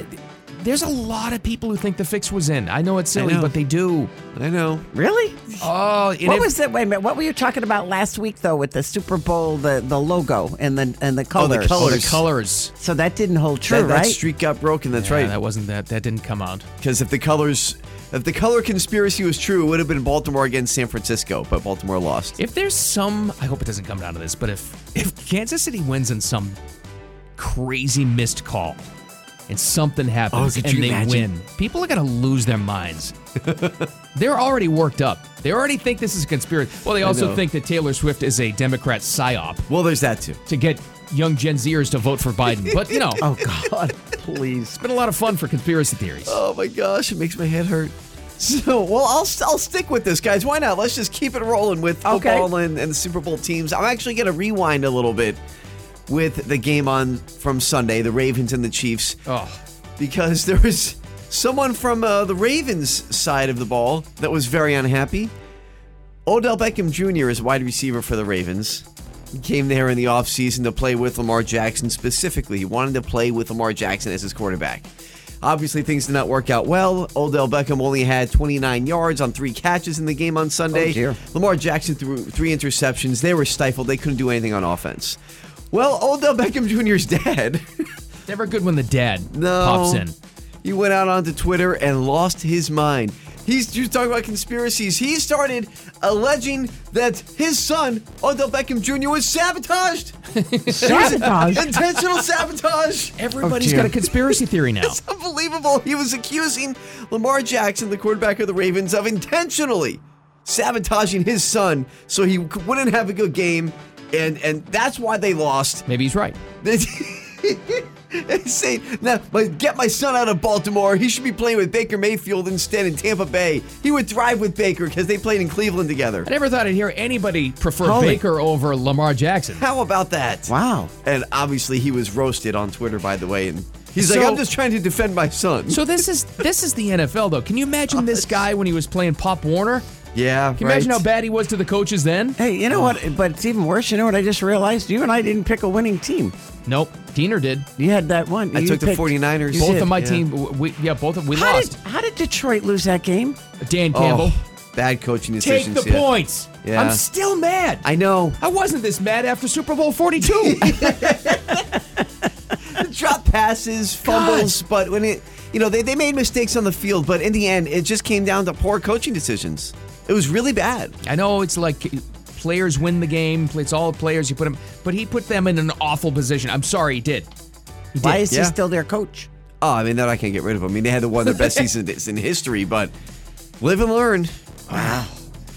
[SPEAKER 4] There's a lot of people who think the fix was in. I know it's silly,
[SPEAKER 9] know.
[SPEAKER 4] but they do.
[SPEAKER 9] I know.
[SPEAKER 5] really.
[SPEAKER 4] Oh, and
[SPEAKER 5] What
[SPEAKER 4] it-
[SPEAKER 5] was that? Wait a minute. What were you talking about last week though with the Super Bowl, the the logo and the and the colors?
[SPEAKER 4] Oh, the
[SPEAKER 9] colors.
[SPEAKER 4] colors.
[SPEAKER 5] So that didn't hold true,
[SPEAKER 9] that, that
[SPEAKER 5] right?
[SPEAKER 9] streak got broken. That's
[SPEAKER 4] Yeah,
[SPEAKER 9] right.
[SPEAKER 4] that wasn't that. That didn't come out.
[SPEAKER 9] Because if the colors, if the color conspiracy was true, it would have been Baltimore against San Francisco, but Baltimore lost.
[SPEAKER 4] If there's some, I hope it doesn't come down to this, but if if Kansas City wins in some crazy missed call and something happens
[SPEAKER 9] Oh, could
[SPEAKER 4] and
[SPEAKER 9] you
[SPEAKER 4] they
[SPEAKER 9] imagine?
[SPEAKER 4] win, people are gonna lose their minds. *laughs* They're already worked up. They already think this is a conspiracy. Well, they also
[SPEAKER 9] know.
[SPEAKER 4] think that Taylor Swift is a Democrat psyop
[SPEAKER 9] Well, there's that too.
[SPEAKER 4] to get young Gen Zers to vote for Biden. But
[SPEAKER 9] *laughs*
[SPEAKER 4] you know,
[SPEAKER 5] oh God, please.
[SPEAKER 4] been a lot of fun for conspiracy theories.
[SPEAKER 9] Oh my gosh, it makes my head hurt. *laughs* So, well, I'll, I'll stick with this, guys. Why not? Let's just keep it rolling with
[SPEAKER 5] Okay.
[SPEAKER 9] football and, and the Super Bowl teams. I'm actually going to rewind a little bit with the game on from Sunday, the Ravens and the Chiefs,
[SPEAKER 4] Oh,
[SPEAKER 9] because there was someone from uh, the Ravens side of the ball that was very unhappy. Odell Beckham Jr. is wide receiver for the Ravens. He came there in the offseason to play with Lamar Jackson specifically. He wanted to play with Lamar Jackson as his quarterback. Obviously, things did not work out well. Odell Beckham only had 29 yards on three catches in the game on Sunday.
[SPEAKER 5] Oh, dear.
[SPEAKER 9] Lamar Jackson threw three interceptions. They were stifled. They couldn't do anything on offense. Well, Odell Beckham Jr.'s dad.
[SPEAKER 4] never good when the dad
[SPEAKER 9] No.
[SPEAKER 4] pops in.
[SPEAKER 9] He went out onto Twitter and lost his mind. He's just talking about conspiracies. He started alleging that his son, Odell Beckham Jr., was sabotaged.
[SPEAKER 5] Sabotage?
[SPEAKER 9] Intentional sabotage.
[SPEAKER 4] Everybody's
[SPEAKER 5] dear.
[SPEAKER 4] Oh,
[SPEAKER 9] *laughs*
[SPEAKER 4] got a conspiracy theory now.
[SPEAKER 9] It's unbelievable. He was accusing Lamar Jackson, the quarterback of the Ravens, of intentionally sabotaging his son so he wouldn't have a good game. And, and that's why they lost.
[SPEAKER 4] Maybe he's right.
[SPEAKER 9] They say, now, my, get my son out of Baltimore. He should be playing with Baker Mayfield instead in Tampa Bay. He would thrive with Baker because they played in Cleveland together.
[SPEAKER 4] I never thought I'd hear anybody prefer
[SPEAKER 5] Holy-
[SPEAKER 4] Baker over Lamar Jackson.
[SPEAKER 9] How about that?
[SPEAKER 5] Wow.
[SPEAKER 9] And obviously, he was roasted on Twitter, by the way. And he's
[SPEAKER 4] So-
[SPEAKER 9] like, I'm just trying to defend my son.
[SPEAKER 4] So this is this is the NFL though. Can you imagine this guy when he was playing Pop Warner?
[SPEAKER 9] yeah.
[SPEAKER 4] Can you imagine how bad he was to the coaches then?
[SPEAKER 5] Hey, you know
[SPEAKER 9] Oh.
[SPEAKER 5] what? But it's even worse. You know what? I just realized you and I didn't pick a winning team.
[SPEAKER 4] Nope, Diener did.
[SPEAKER 5] You had that one.
[SPEAKER 9] I
[SPEAKER 5] You
[SPEAKER 9] took the
[SPEAKER 5] picked-
[SPEAKER 9] 49ers.
[SPEAKER 5] you
[SPEAKER 4] Both
[SPEAKER 5] did.
[SPEAKER 4] of my
[SPEAKER 9] yeah.
[SPEAKER 4] team, w- we, yeah, both of we
[SPEAKER 5] How did,
[SPEAKER 4] lost.
[SPEAKER 5] how did Detroit lose that game?
[SPEAKER 4] Dan Campbell,
[SPEAKER 9] Oh, bad coaching
[SPEAKER 4] take
[SPEAKER 9] decisions.
[SPEAKER 4] the
[SPEAKER 9] yeah.
[SPEAKER 4] points.
[SPEAKER 9] Yeah.
[SPEAKER 4] I'm still mad.
[SPEAKER 9] I know.
[SPEAKER 4] I wasn't this mad after Super Bowl
[SPEAKER 9] *laughs*
[SPEAKER 4] 42.
[SPEAKER 9] drop passes, fumbles, but when it, you know, they, they made mistakes on the field, but in the end, it just came down to poor coaching decisions. It was really bad.
[SPEAKER 4] I know it's like players win the game. It's all players. You put them, but he put them in an awful position. I'm sorry, he did.
[SPEAKER 5] Why is
[SPEAKER 9] yeah.
[SPEAKER 5] he still their coach?
[SPEAKER 9] Oh, I mean, that I can't get rid of them. I mean, they had the one
[SPEAKER 5] *laughs*
[SPEAKER 9] of the best seasons in history, but live and learn.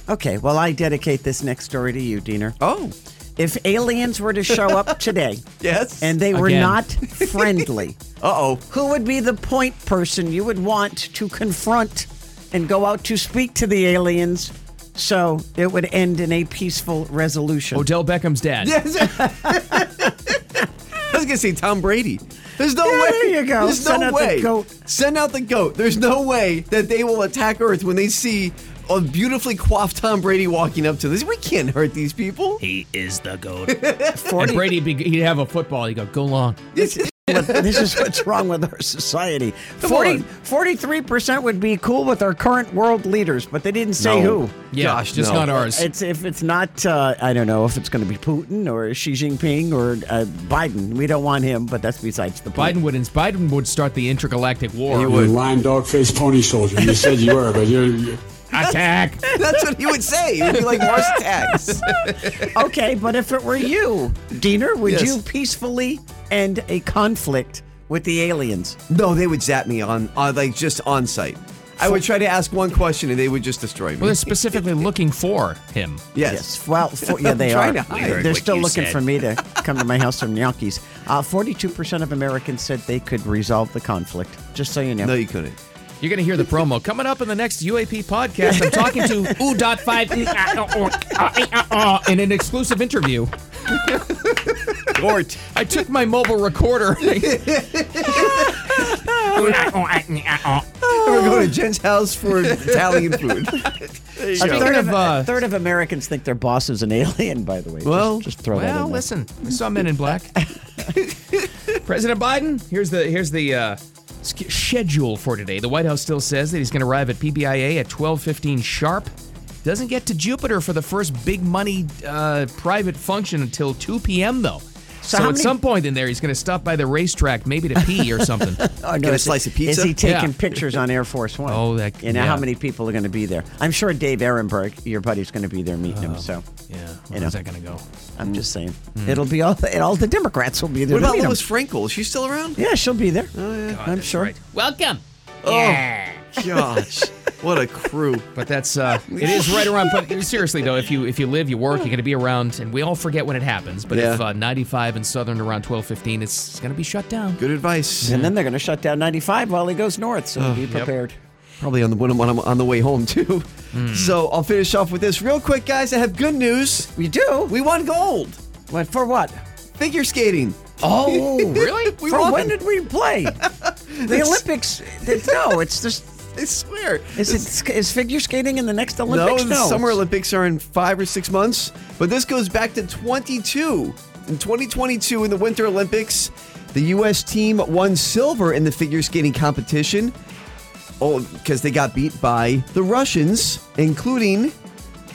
[SPEAKER 5] Okay, well, I dedicate this next story to you, Diener.
[SPEAKER 9] Oh,
[SPEAKER 5] If aliens were to show up *laughs* today
[SPEAKER 9] yes.
[SPEAKER 5] and they were
[SPEAKER 4] Again.
[SPEAKER 5] not friendly,
[SPEAKER 9] uh oh,
[SPEAKER 5] who would be the point person you would want to confront and go out to speak to the aliens So it would end in a peaceful resolution.
[SPEAKER 4] Odell Beckham's dad.
[SPEAKER 9] Yes. I was gonna say Tom Brady. There's no
[SPEAKER 5] Yeah,
[SPEAKER 9] way.
[SPEAKER 5] there you go.
[SPEAKER 9] There's
[SPEAKER 5] Send
[SPEAKER 9] no
[SPEAKER 5] out the
[SPEAKER 9] way.
[SPEAKER 5] goat.
[SPEAKER 9] Send out the goat. There's no way that they will attack Earth when they see a beautifully coiffed Tom Brady walking up to this. We can't hurt these people.
[SPEAKER 4] He is the goat. and Brady, be, he'd have a football. He'd go, go long.
[SPEAKER 5] But *laughs* this is what's wrong with our society. 40,
[SPEAKER 9] on.
[SPEAKER 5] 43% would be cool with our current world leaders, but they didn't say
[SPEAKER 9] No.
[SPEAKER 5] who.
[SPEAKER 4] Yeah,
[SPEAKER 9] Gosh,
[SPEAKER 4] just
[SPEAKER 9] no.
[SPEAKER 4] not ours.
[SPEAKER 5] It's if it's not, uh, I don't know if it's going to be Putin or Xi Jinping or uh, Biden. We don't want him, but that's besides the point.
[SPEAKER 4] Biden would ins- Biden would start the intergalactic war.
[SPEAKER 9] He
[SPEAKER 8] You
[SPEAKER 9] would.
[SPEAKER 8] lying dog faced pony soldier. You said you were, but you're. you're
[SPEAKER 4] Attack.
[SPEAKER 9] That's what he would say. He'd be like Mars attacks.
[SPEAKER 5] Okay, but if it were you, Diener, would
[SPEAKER 9] Yes.
[SPEAKER 5] you peacefully end a conflict with the aliens?
[SPEAKER 9] No, they would zap me on, on like just on site. I would try to ask one question and they would just destroy me.
[SPEAKER 4] well, they're specifically looking for him.
[SPEAKER 9] *laughs* yes.
[SPEAKER 5] Well, for, yeah,
[SPEAKER 9] *laughs*
[SPEAKER 5] they are.
[SPEAKER 9] Trying to hide.
[SPEAKER 5] They're still looking for
[SPEAKER 4] *laughs*
[SPEAKER 5] me to come to my house from Yankees. Uh, 42% of Americans said they could resolve the conflict. Just so you know.
[SPEAKER 9] No, you couldn't.
[SPEAKER 4] You're going to hear the promo coming up in the next UAP podcast. I'm talking to Ooh Dot Five in an exclusive interview.
[SPEAKER 9] Gort.
[SPEAKER 4] I took my mobile recorder.
[SPEAKER 9] We're going to Jen's house for
[SPEAKER 5] *laughs*
[SPEAKER 9] Italian food.
[SPEAKER 5] a, third
[SPEAKER 4] of,
[SPEAKER 5] of,
[SPEAKER 4] uh,
[SPEAKER 5] a third of Americans think their boss is an alien, by the way. Just-
[SPEAKER 9] Well,
[SPEAKER 5] just, throw that in
[SPEAKER 4] well,
[SPEAKER 5] there.
[SPEAKER 4] listen, we saw Men in
[SPEAKER 5] *laughs*
[SPEAKER 4] Black. President Biden, here's the here's the uh, sch- schedule for today. The White House still says that he's going to arrive at PBIA at 12:15 sharp. Doesn't get to Jupiter for the first big money uh, private function until 2 p.m. though. So,
[SPEAKER 5] how
[SPEAKER 4] at
[SPEAKER 5] many-
[SPEAKER 4] some point in there, he's going to stop by the racetrack, maybe to pee or
[SPEAKER 5] *laughs*
[SPEAKER 4] something.
[SPEAKER 5] Oh, no,
[SPEAKER 9] Get a
[SPEAKER 5] is he-
[SPEAKER 9] slice of pizza?
[SPEAKER 5] Is he taking
[SPEAKER 4] Yeah.
[SPEAKER 5] pictures on Air Force One?
[SPEAKER 4] Oh, that-
[SPEAKER 5] You know
[SPEAKER 4] yeah.
[SPEAKER 5] how many people are going to be there? I'm sure Dave Ehrenberg, your buddy's going to be there meeting him. So
[SPEAKER 4] Oh, yeah,
[SPEAKER 5] You
[SPEAKER 4] where's
[SPEAKER 5] know.
[SPEAKER 4] that going to go?
[SPEAKER 5] I'm just saying,
[SPEAKER 4] Hmm.
[SPEAKER 5] it'll be all the, all the Democrats will be there.
[SPEAKER 9] What
[SPEAKER 5] to
[SPEAKER 9] about
[SPEAKER 5] meet him.
[SPEAKER 9] Lois Frankel? Is she
[SPEAKER 5] *laughs*
[SPEAKER 9] still around?
[SPEAKER 5] Yeah, she'll be there.
[SPEAKER 4] Oh, God,
[SPEAKER 5] I'm
[SPEAKER 4] that's
[SPEAKER 5] sure. Oh.
[SPEAKER 4] right. Welcome.
[SPEAKER 9] Gosh, what a crew.
[SPEAKER 4] But that's uh, it is right around. But seriously though, if you if you live, you work, you're going to be around, and we all forget when it happens. But if
[SPEAKER 9] Yeah.
[SPEAKER 4] uh, 95 and Southern around 12:15, it's, it's going to be shut down.
[SPEAKER 9] Good advice.
[SPEAKER 5] And then they're going to shut down 95 while he goes north. So
[SPEAKER 4] Oh,
[SPEAKER 5] be prepared.
[SPEAKER 9] Probably on the when I'm on, on the way home too. *laughs* So I'll finish off with this real quick, *laughs* guys. I have good news.
[SPEAKER 5] We do.
[SPEAKER 9] We won gold.
[SPEAKER 5] What for? What?
[SPEAKER 9] Figure skating. *laughs*
[SPEAKER 5] Oh,
[SPEAKER 4] really?
[SPEAKER 9] We
[SPEAKER 5] for
[SPEAKER 9] won.
[SPEAKER 5] when did we
[SPEAKER 9] *laughs*
[SPEAKER 5] play? the Olympics? No, it's just.
[SPEAKER 9] I swear.
[SPEAKER 5] Is it is figure skating in the next
[SPEAKER 9] no,
[SPEAKER 5] Olympics?
[SPEAKER 9] the Summer
[SPEAKER 5] it's-
[SPEAKER 9] Olympics are in five or six months, but this goes back to 22. In 2022, in the Winter Olympics, the U.S. team won silver in the figure skating competition. Oh, because they got beat by the Russians, including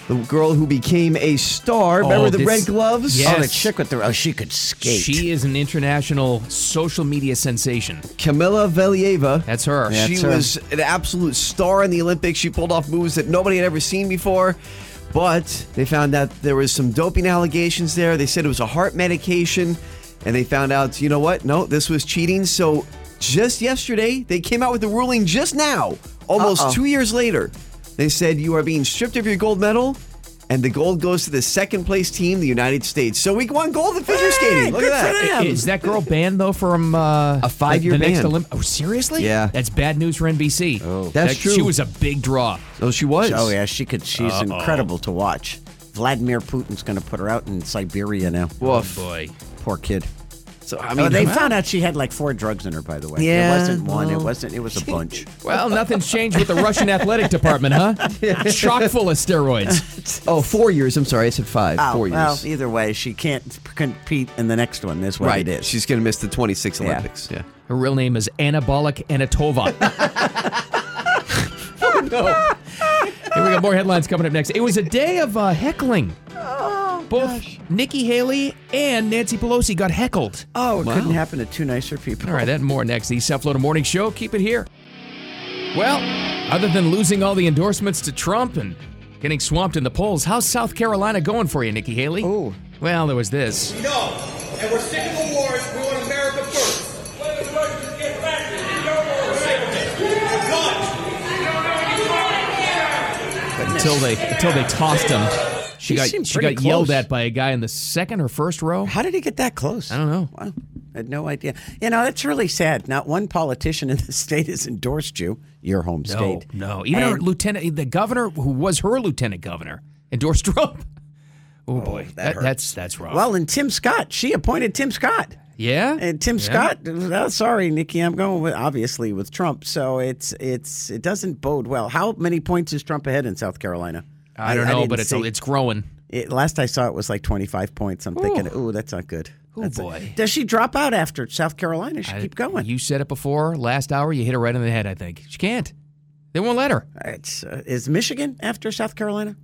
[SPEAKER 9] the girl who became a star. Remember the
[SPEAKER 4] this-
[SPEAKER 9] red gloves?
[SPEAKER 4] yes.
[SPEAKER 5] Oh, the chick with the oh, she could skate.
[SPEAKER 4] She is an international social media sensation.
[SPEAKER 9] Camilla Valieva.
[SPEAKER 4] That's her.
[SPEAKER 5] Yeah.
[SPEAKER 9] she
[SPEAKER 5] That's her.
[SPEAKER 9] was an absolute star in the Olympics. She pulled off moves that nobody had ever seen before. But they found out there was some doping allegations there. They said it was a heart medication, and they found out, you know what? No, this was cheating. So just yesterday, they came out with the ruling just now, almost
[SPEAKER 5] Uh-oh.
[SPEAKER 9] two years later. They said you are being stripped of your gold medal, and the gold goes to the second place team, the United States. So we won gold in figure skating. Look
[SPEAKER 5] good
[SPEAKER 9] at
[SPEAKER 5] for
[SPEAKER 9] that.
[SPEAKER 5] them.
[SPEAKER 4] Is that girl banned though from uh,
[SPEAKER 9] A five-year
[SPEAKER 4] the, the next
[SPEAKER 9] ban.
[SPEAKER 4] Olymp- Oh, seriously?
[SPEAKER 9] Yeah.
[SPEAKER 4] That's bad news for NBC. Oh,
[SPEAKER 9] That's
[SPEAKER 4] She
[SPEAKER 9] true.
[SPEAKER 4] was a big draw.
[SPEAKER 9] Oh, she was.
[SPEAKER 5] Oh yeah, she could. She's incredible to watch. Vladimir Putin's going to put her out in Siberia now.
[SPEAKER 9] Woof.
[SPEAKER 4] Boy,
[SPEAKER 5] Poor kid.
[SPEAKER 9] So I mean,
[SPEAKER 5] Oh, they
[SPEAKER 9] wow.
[SPEAKER 5] found out she had like four drugs in her, by the way.
[SPEAKER 9] Yeah,
[SPEAKER 5] it wasn't one. It
[SPEAKER 9] well.
[SPEAKER 5] wasn't. It was a bunch.
[SPEAKER 4] well, nothing's changed with the Russian athletic department,
[SPEAKER 9] *laughs*
[SPEAKER 4] huh? Chock full of steroids.
[SPEAKER 9] Oh, four years. I'm sorry, I said five.
[SPEAKER 5] Oh,
[SPEAKER 9] Four
[SPEAKER 5] well,
[SPEAKER 9] years.
[SPEAKER 5] either way, she can't compete in the next one. That's what
[SPEAKER 9] right.
[SPEAKER 5] it is.
[SPEAKER 9] She's going to miss the 26 Olympics. Yeah.
[SPEAKER 4] Her real name is Anabolic Anatova. Here we got more headlines coming up next. It was a day of uh, heckling. Both Nikki Haley and Nancy Pelosi got heckled.
[SPEAKER 5] oh, it couldn't happen to two nicer people.
[SPEAKER 4] All right, that and more next. The South Florida Morning Show. Keep it here. Well, other than losing all the endorsements to Trump and getting swamped in the polls, how's South Carolina going for you, Nikki Haley? Oh. Well, there was this.
[SPEAKER 10] No. And we're sick of awards. We want America first.
[SPEAKER 4] until they until they tossed him. She
[SPEAKER 5] He
[SPEAKER 4] got
[SPEAKER 5] seemed
[SPEAKER 4] she
[SPEAKER 5] pretty
[SPEAKER 4] got yelled
[SPEAKER 5] close.
[SPEAKER 4] at by a guy in the second or first row.
[SPEAKER 5] How did he get that close?
[SPEAKER 4] I don't know.
[SPEAKER 5] Wow. had no idea. You know, that's really sad. Not one politician in the *laughs* state has endorsed you, your home
[SPEAKER 4] No,
[SPEAKER 5] state.
[SPEAKER 4] no. Even our
[SPEAKER 5] And-
[SPEAKER 4] lieutenant, the governor who was her lieutenant governor, endorsed *laughs* Trump. Oh boy, that
[SPEAKER 5] hurt.
[SPEAKER 4] that's that's wrong.
[SPEAKER 5] Well, and Tim Scott, she appointed Tim Scott.
[SPEAKER 4] yeah,
[SPEAKER 5] And Tim
[SPEAKER 4] Yeah.
[SPEAKER 5] Scott, oh, sorry, Nikki, I'm going with obviously with Trump. So it's it's it doesn't bode well. How many points is Trump ahead in South Carolina?
[SPEAKER 4] I don't know,
[SPEAKER 5] didn't
[SPEAKER 4] but it's
[SPEAKER 5] see.
[SPEAKER 4] it's growing.
[SPEAKER 5] It, last I saw, it was like 25 points. I'm thinking, ooh, that's not good.
[SPEAKER 4] Oh,
[SPEAKER 5] That's a-
[SPEAKER 4] boy.
[SPEAKER 5] does she drop out after South Carolina? She keep going.
[SPEAKER 4] You said it before last hour. You hit her right in the head. I think she can't. They won't let her.
[SPEAKER 5] It's, uh, is Michigan after South Carolina?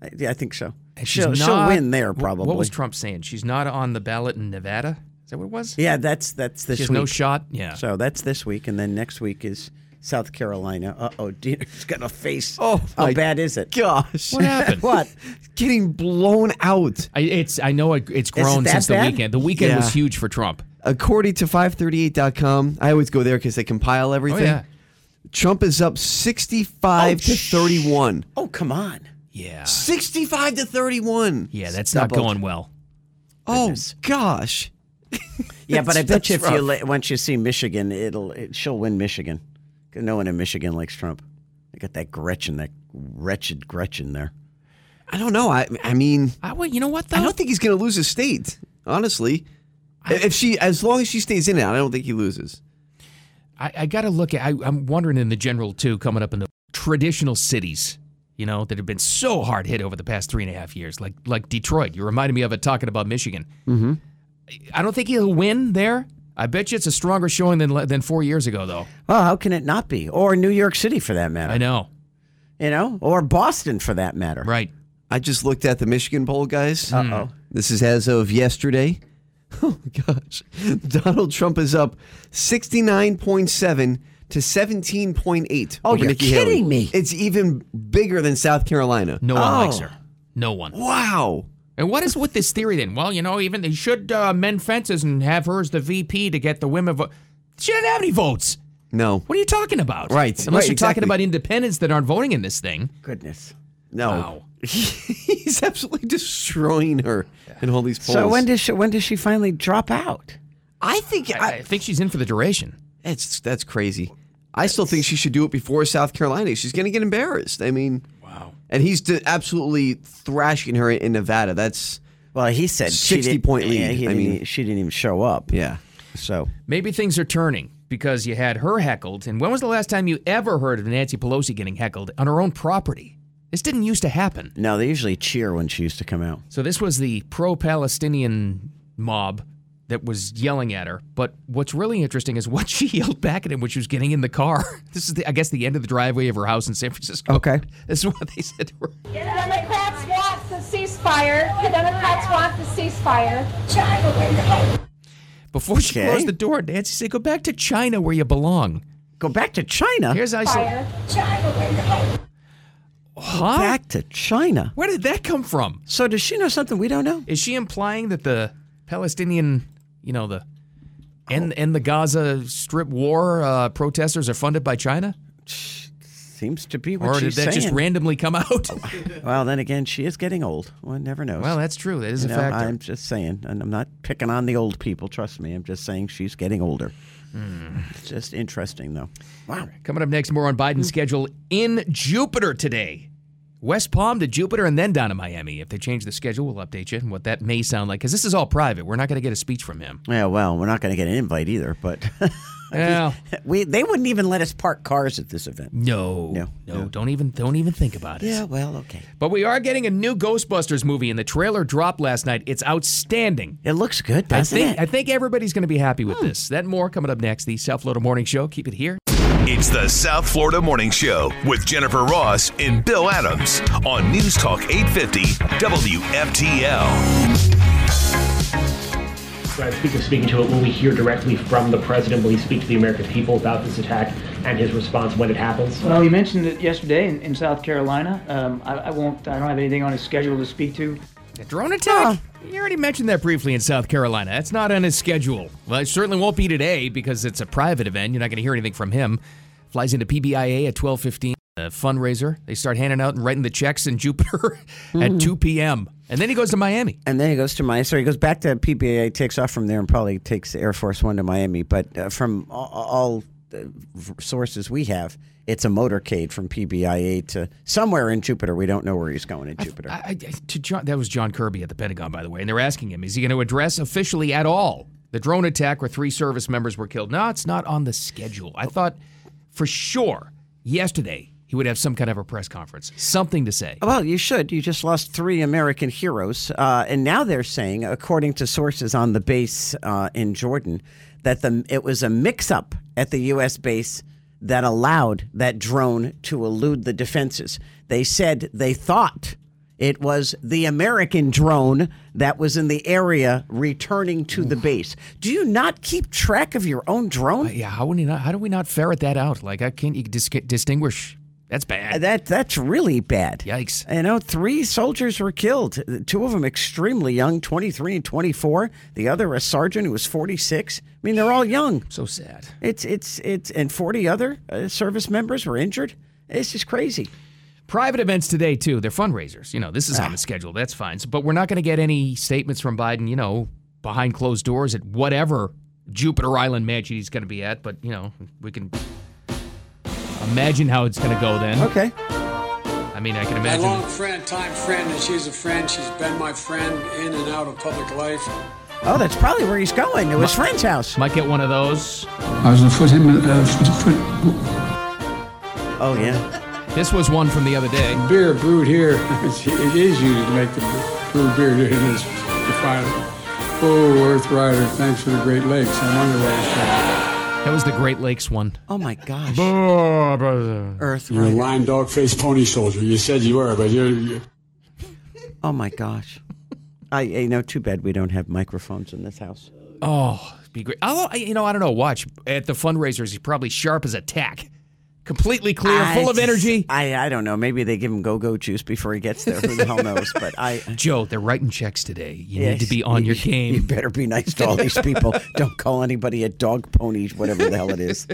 [SPEAKER 5] I, yeah, I think so.
[SPEAKER 4] And she's
[SPEAKER 5] She'll, she'll
[SPEAKER 4] not-
[SPEAKER 5] win there
[SPEAKER 4] wh-
[SPEAKER 5] probably.
[SPEAKER 4] What was Trump saying? She's not on the ballot in Nevada. Is that what it was?
[SPEAKER 5] yeah, that's that's this
[SPEAKER 4] She has
[SPEAKER 5] week.
[SPEAKER 4] no shot. Yeah.
[SPEAKER 5] So that's this week, and then next week is South Carolina. Uh oh, Dina's got a face.
[SPEAKER 9] Oh,
[SPEAKER 5] how
[SPEAKER 9] my
[SPEAKER 5] bad is it?
[SPEAKER 9] Gosh.
[SPEAKER 4] What happened?
[SPEAKER 5] *laughs* What?
[SPEAKER 9] Getting blown out.
[SPEAKER 4] I, it's I know it, it's grown
[SPEAKER 5] that
[SPEAKER 4] since the
[SPEAKER 5] bad?
[SPEAKER 4] weekend. The weekend
[SPEAKER 9] Yeah.
[SPEAKER 4] was huge for Trump.
[SPEAKER 9] According to 538.com, I always go there because they compile
[SPEAKER 4] Oh
[SPEAKER 9] everything.
[SPEAKER 4] yeah.
[SPEAKER 9] Trump is up 65 to 31.
[SPEAKER 5] Oh, come on.
[SPEAKER 4] Yeah.
[SPEAKER 9] 65 to 31.
[SPEAKER 4] Yeah. That's not
[SPEAKER 9] Doubled.
[SPEAKER 4] going well.
[SPEAKER 9] Oh, *laughs* gosh.
[SPEAKER 5] Yeah, but I
[SPEAKER 9] That's-
[SPEAKER 5] bet you if
[SPEAKER 9] that's
[SPEAKER 5] you
[SPEAKER 9] rough.
[SPEAKER 5] la- once you see Michigan, it'll it, she'll win Michigan. 'Cause No one in Michigan likes Trump. I got that Gretchen, that wretched Gretchen there.
[SPEAKER 9] I don't know. I, I mean,
[SPEAKER 4] I well, you know what though?
[SPEAKER 9] I don't think he's going to lose his state, honestly. if she, as long as she stays in it, I don't think he loses.
[SPEAKER 4] I, I got to look at. I, I'm wondering in the general too, coming up in the traditional cities, you know, that have been so hard hit over the past three and a half years, like like Detroit. You reminded me of it talking about Michigan. Mm-hmm. I don't think he'll win there. I bet you it's a stronger showing than le- than four years ago, though.
[SPEAKER 5] Well, how can it not be? Or New York City, for that matter.
[SPEAKER 4] I know,
[SPEAKER 5] You know, or Boston, for that matter.
[SPEAKER 4] right?
[SPEAKER 9] I just looked at the Michigan poll, guys.
[SPEAKER 5] Uh oh.
[SPEAKER 9] This is as of yesterday. *laughs* Oh gosh. Donald Trump is up 69.7 to 17.8.
[SPEAKER 5] Oh,
[SPEAKER 9] over
[SPEAKER 5] you're
[SPEAKER 9] Nikki Haley.
[SPEAKER 5] kidding me.
[SPEAKER 9] It's even bigger than South Carolina.
[SPEAKER 4] No one likes
[SPEAKER 5] Oh.
[SPEAKER 4] her. No one.
[SPEAKER 9] Wow.
[SPEAKER 4] And what is with this theory then? Well, you know, even they should uh, mend fences and have her as the VP to get the women vote. She doesn't have any votes.
[SPEAKER 9] No.
[SPEAKER 4] What are you talking about?
[SPEAKER 9] Right,
[SPEAKER 4] Unless
[SPEAKER 9] right,
[SPEAKER 4] you're talking
[SPEAKER 9] exactly.
[SPEAKER 4] about independents that aren't voting in this thing.
[SPEAKER 5] Goodness.
[SPEAKER 9] No.
[SPEAKER 4] Wow.
[SPEAKER 9] *laughs* He's absolutely destroying her in all these polls.
[SPEAKER 5] So when does she, when does she finally drop out?
[SPEAKER 9] I think I,
[SPEAKER 4] I, I think she's in for the duration.
[SPEAKER 9] it's that's crazy. I still think she should do it before South Carolina. She's going to get embarrassed. I mean, wow. And he's d- absolutely thrashing her in Nevada. That's
[SPEAKER 5] Well, he said she
[SPEAKER 9] 60
[SPEAKER 5] didn't-
[SPEAKER 9] point lead.
[SPEAKER 5] Yeah, he
[SPEAKER 9] I
[SPEAKER 5] didn't- e,
[SPEAKER 9] mean-
[SPEAKER 5] she didn't even show up.
[SPEAKER 9] yeah.
[SPEAKER 5] So
[SPEAKER 4] Maybe things are turning because you had her heckled. And when was the last time you ever heard of Nancy Pelosi getting heckled on her own property? This didn't used to happen.
[SPEAKER 5] no, they usually cheer when she used to come out.
[SPEAKER 4] So this was the pro-Palestinian mob that was yelling at her. But what's really interesting is what *laughs* she yelled back at him when she was getting in the car. *laughs* This is, the, I guess, the end of the driveway of her house in San Francisco.
[SPEAKER 5] Okay.
[SPEAKER 4] *laughs* This is what they said to her.
[SPEAKER 11] Democrats want the ceasefire. The Democrats want the ceasefire.
[SPEAKER 4] Before she
[SPEAKER 5] Okay.
[SPEAKER 4] closed the door, Nancy said, "Go back to China where you belong."
[SPEAKER 5] Go back to China.
[SPEAKER 4] Here's I said, huh?
[SPEAKER 5] back to China.
[SPEAKER 4] Where did that come from?
[SPEAKER 5] So does she know something we don't know?
[SPEAKER 4] Is she implying that the Palestinian, you know, the and and the Gaza Strip war uh, protesters are funded by China,
[SPEAKER 5] Seems to be what
[SPEAKER 4] or did
[SPEAKER 5] she's
[SPEAKER 4] that just
[SPEAKER 5] saying.
[SPEAKER 4] randomly come
[SPEAKER 5] *laughs*
[SPEAKER 4] out?
[SPEAKER 5] well, then again, she is getting old. One never knows.
[SPEAKER 4] well, that's true. That is
[SPEAKER 5] you
[SPEAKER 4] a
[SPEAKER 5] know,
[SPEAKER 4] factor.
[SPEAKER 5] I'm just saying, and I'm not picking on the old people. Trust me, I'm just saying she's getting older. It's just interesting, though. Wow.
[SPEAKER 4] Coming up next, more on Biden's
[SPEAKER 5] Hmm.
[SPEAKER 4] schedule in Jupiter today. West Palm to Jupiter and then down to Miami. If they change the schedule, we'll update you and what that may sound like. Because this is all private. We're not going to get a speech from him.
[SPEAKER 5] Yeah. Well, we're not going to get an invite either, but *laughs*
[SPEAKER 4] Well,
[SPEAKER 5] we they wouldn't even let us park cars at this event.
[SPEAKER 4] no,
[SPEAKER 5] No,
[SPEAKER 4] no,
[SPEAKER 5] no.
[SPEAKER 4] Don't even, don't even think about it.
[SPEAKER 5] Yeah. Well, okay.
[SPEAKER 4] But we are getting a new Ghostbusters movie, and the trailer dropped last night. It's outstanding.
[SPEAKER 5] It looks good,
[SPEAKER 4] I
[SPEAKER 5] doesn't
[SPEAKER 4] think
[SPEAKER 5] it? Hmm.
[SPEAKER 4] I think everybody's going to be happy with this. That and more coming up next. The South Florida Morning Show. Keep it here.
[SPEAKER 1] It's the South Florida Morning Show with Jennifer Ross and Bill Adams on News Talk 850 WFTL.
[SPEAKER 2] Right, speaking speaking to it, will we hear directly from the president? Will he speak to the American people about this attack and his response when it happens?
[SPEAKER 3] Well, you mentioned it yesterday in, in South Carolina. Um, I, I won't. I don't have anything on his schedule to speak to.
[SPEAKER 4] A drone attack? You already mentioned that briefly in South Carolina. That's not on his schedule. Well, it certainly won't be today because it's a private event. You're not going to hear anything from him. Flies into PBIA at *laughs* 12:15. A fundraiser. They start handing out and writing the checks in Jupiter at 2 p.m. And then he goes to Miami.
[SPEAKER 5] And then he goes to Miami. So he goes back to PBA, takes off from there, and probably takes the Air Force One to Miami. But uh, from all, all the sources we have, it's a motorcade from PBIA to somewhere in Jupiter. We don't know where he's going in Jupiter.
[SPEAKER 4] I, I- to John, that was John Kirby at the Pentagon, by the way, and they're asking him, is he going to address officially at all the drone attack where three service members were killed? No, it's not on the schedule. I thought for sure yesterday he would have some kind of a press conference, something to say.
[SPEAKER 5] Well, you should. You just lost three American heroes. Uh, and now they're saying, according to sources on the base uh, in Jordan, that the, it was a mix up at the U.S. base that allowed that drone to elude the defenses. They said they thought it was the American drone that was in the area returning to the base. Do you not keep track of your own drone?
[SPEAKER 4] Yeah, how would he not, how do we not ferret that out? Like, I can't you dis- distinguish? That's bad.
[SPEAKER 5] Uh, That that's really bad.
[SPEAKER 4] Yikes!
[SPEAKER 5] You know, three soldiers were killed. Two of them extremely young, twenty three and twenty four. The other, a sergeant who was forty six. I mean, they're all young.
[SPEAKER 4] So sad.
[SPEAKER 5] It's it's it's and forty other uh, service members were injured. This is crazy.
[SPEAKER 4] Private events today too. They're fundraisers. You know, this is on the schedule. That's fine. So, but we're not going to get any statements from Biden. You know, behind closed doors at whatever Jupiter Island mansion he's going to be at. But you know, we can imagine how it's going to go then.
[SPEAKER 5] Okay.
[SPEAKER 4] I mean, I can
[SPEAKER 8] My long
[SPEAKER 4] imagine.
[SPEAKER 8] friend, time friend, and she's a friend. She's been my friend in and out of public life.
[SPEAKER 5] Oh, that's probably where he's going to his friend's house.
[SPEAKER 4] Might get one of those.
[SPEAKER 8] I was gonna put him. Uh, foot,
[SPEAKER 5] Oh yeah.
[SPEAKER 4] This was one from the other day.
[SPEAKER 8] beer brewed here. *laughs* It's- it is used to make the brew beer. It is defined. Oh, Earth Rider, thanks for the Great Lakes. I wonder where it's from.
[SPEAKER 4] That was the Great Lakes one.
[SPEAKER 5] Oh my gosh. Earth.
[SPEAKER 8] You're a
[SPEAKER 5] Rider.
[SPEAKER 8] lime dog faced pony soldier. You said you were, but you're. you're
[SPEAKER 5] Oh my gosh. I you know too bad we don't have microphones in this house.
[SPEAKER 4] Oh, it'd be great. I'll, I- you know, I don't know. Watch at the fundraisers. He's probably sharp as a tack, completely clear,
[SPEAKER 5] I
[SPEAKER 4] full of
[SPEAKER 5] just-
[SPEAKER 4] energy.
[SPEAKER 5] I I don't know. Maybe they give him go go juice before he gets there. Who the hell knows? But I.
[SPEAKER 4] Joe, they're writing checks today. You
[SPEAKER 5] Yes.
[SPEAKER 4] need to be on your
[SPEAKER 5] *laughs* You-
[SPEAKER 4] *laughs*
[SPEAKER 5] You
[SPEAKER 4] game.
[SPEAKER 5] better be nice to all these people. Don't call anybody a dog pony, whatever the hell it is.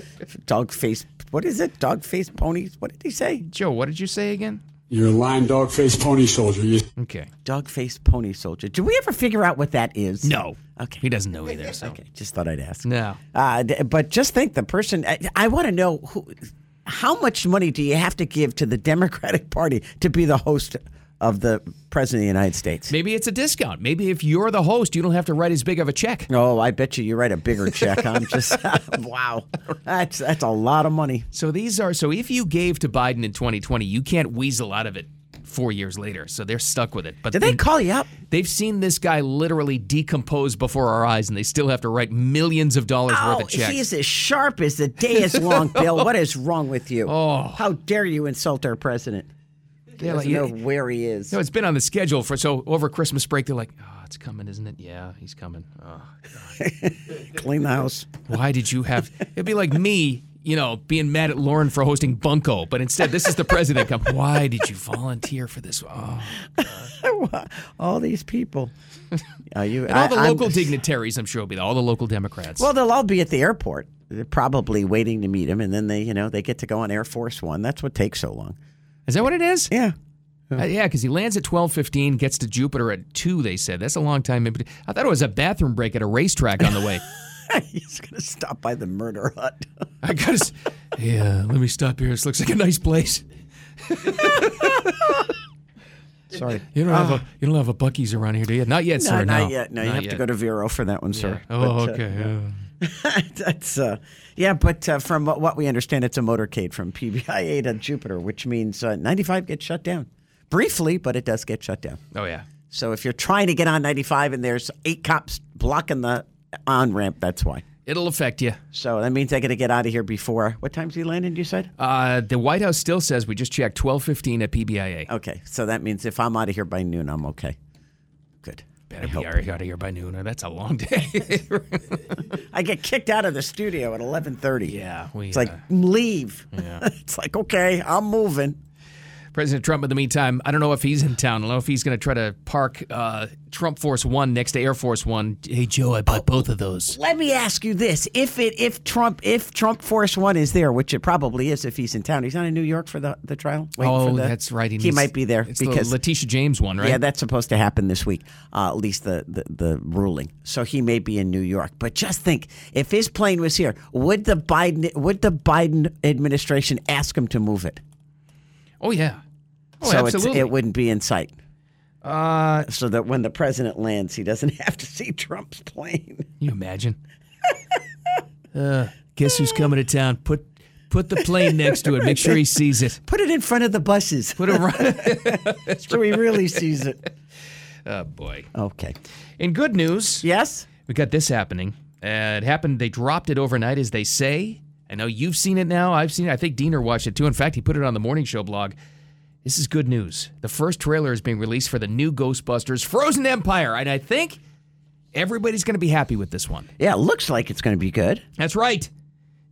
[SPEAKER 5] Dog face. What is it? Dog face ponies. What did he say?
[SPEAKER 4] Joe, what did you say again?
[SPEAKER 8] You're a lime dog faced pony soldier. You
[SPEAKER 4] Okay.
[SPEAKER 5] Dog face pony soldier. Did we ever figure out what that is?
[SPEAKER 4] No.
[SPEAKER 5] Okay.
[SPEAKER 4] He doesn't know either. So.
[SPEAKER 5] Okay. Just thought I'd ask.
[SPEAKER 4] No.
[SPEAKER 5] Uh, d- but just think the person. I, I want to know who. How much money do you have to give to the Democratic Party to be the host of the President of the United States?
[SPEAKER 4] Maybe it's a discount. Maybe if you're the host, you don't have to write as big of a check.
[SPEAKER 5] Oh, I bet you you write a bigger check. I'm just *laughs* wow. That's that's a lot of money.
[SPEAKER 4] So these are so if you gave to Biden in 2020, you can't weasel out of it four years later. So they're stuck with it. But
[SPEAKER 5] Did they
[SPEAKER 4] in-
[SPEAKER 5] call you up?
[SPEAKER 4] They've seen this guy literally decompose before our eyes, and they still have to write millions of dollars worth
[SPEAKER 5] Oh,
[SPEAKER 4] of checks.
[SPEAKER 5] he's as sharp as the day is
[SPEAKER 4] *laughs*
[SPEAKER 5] long, Bill. What is wrong with you? Oh, how dare you insult our president? He
[SPEAKER 4] Yeah, like,
[SPEAKER 5] doesn't
[SPEAKER 4] you-
[SPEAKER 5] know where he is.
[SPEAKER 4] No, it's been on the schedule for so over Christmas break. They're like, "Oh, it's coming, isn't it? Yeah, he's coming." Oh.
[SPEAKER 5] Clean the house. *laughs*
[SPEAKER 4] Why did you have? It'd be like me, you know, being mad at Lauren for hosting Bunko, but instead, this is the president. Come, *laughs* why did you volunteer for this? Oh.
[SPEAKER 5] All
[SPEAKER 4] *laughs*
[SPEAKER 5] these people. Are you,
[SPEAKER 4] And all the
[SPEAKER 5] I- I'm-
[SPEAKER 4] local dignitaries, I'm sure, will be there. All the local Democrats.
[SPEAKER 5] Well, they'll all be at the airport, They're probably waiting to meet him, and then they, you know, they get to go on Air Force One. That's what takes so long.
[SPEAKER 4] is that what it is?
[SPEAKER 5] Yeah.
[SPEAKER 4] Uh, yeah, because he lands at 12:15, gets to Jupiter at two. They said that's a long time. in bet- I thought it was a bathroom break at a racetrack on the
[SPEAKER 5] *laughs*
[SPEAKER 4] way.
[SPEAKER 5] *laughs* He's going to stop by the murder hut.
[SPEAKER 4] I gotta. s- Yeah, let me stop here. This looks like a nice place.
[SPEAKER 5] Sorry.
[SPEAKER 4] You don't have a you don't have a Bucky's around here, do you? Not yet,
[SPEAKER 5] Ah. No,
[SPEAKER 4] sir.
[SPEAKER 5] *laughs* not
[SPEAKER 4] no.
[SPEAKER 5] yet. No, you
[SPEAKER 4] Not
[SPEAKER 5] have
[SPEAKER 4] yet.
[SPEAKER 5] to go to Vero for that one, sir.
[SPEAKER 4] Oh,
[SPEAKER 5] But, uh,
[SPEAKER 4] okay. yeah.
[SPEAKER 5] *laughs* That's uh, yeah, but uh, from what- what we understand, it's a motorcade from PBIA to Jupiter, which means uh, 95 gets shut down briefly, but it does get shut down.
[SPEAKER 4] Oh yeah.
[SPEAKER 5] So if you're trying to get on 95 and there's eight cops blocking the on ramp, that's why.
[SPEAKER 4] It'll affect you.
[SPEAKER 5] So that means I got to get out of here before what time's he landing? You said
[SPEAKER 4] Uh, the White House still says we just checked 12:15 at PBIA.
[SPEAKER 5] okay. So that means if I'm out of here by noon, I'm okay. Good.
[SPEAKER 4] Better be out of here by noon. or That's a long *laughs* day.
[SPEAKER 5] I get kicked out of the studio at 11:30.
[SPEAKER 4] yeah, we.
[SPEAKER 5] *laughs* It's like
[SPEAKER 4] uh,
[SPEAKER 5] leave. it's like okay, I'm moving.
[SPEAKER 4] President Trump, in the meantime, I don't know if he's in town. I don't know if he's going to try to park uh, Trump Force One next to Air Force One. Hey, Joe, I bought both of those.
[SPEAKER 5] Let me ask you this: If it, if Trump, if Trump Force One is there, which it probably is, if he's in town, he's not in New York for the the trial. waiting
[SPEAKER 4] oh,
[SPEAKER 5] for the-
[SPEAKER 4] that's right.
[SPEAKER 5] He,
[SPEAKER 4] needs-
[SPEAKER 5] might be there
[SPEAKER 4] it's the
[SPEAKER 5] because
[SPEAKER 4] Letitia James one, right?
[SPEAKER 5] Yeah, that's supposed to happen this week, uh, at least the, the, the ruling. So he may be in New York. But just think, if his plane was here, would the Biden would the Biden administration ask him to move it?
[SPEAKER 4] oh yeah. Oh,
[SPEAKER 5] so it's-
[SPEAKER 4] absolutely.
[SPEAKER 5] it wouldn't be in sight,
[SPEAKER 4] uh,
[SPEAKER 5] so that when the president lands, he doesn't *laughs* have to see Trump's plane.
[SPEAKER 4] you imagine? uh, guess who's coming to town? Put put the plane next to it. Make sure he sees it.
[SPEAKER 5] Put it in front of the buses. *laughs*
[SPEAKER 4] Put it right.
[SPEAKER 5] so he really sees it.
[SPEAKER 4] *laughs* Oh boy.
[SPEAKER 5] Okay.
[SPEAKER 4] In good news,
[SPEAKER 5] Yes.
[SPEAKER 4] we got this happening. Uh, it happened. They dropped it overnight, as they say. I know you've seen it now. I've seen it. I think Diener watched it too. In fact, he put it on the morning show blog. This is good news. The first trailer is being released for the new Ghostbusters Frozen Empire, and I think everybody's going to be happy with this one.
[SPEAKER 5] Yeah, it looks like it's going to be good.
[SPEAKER 4] That's right.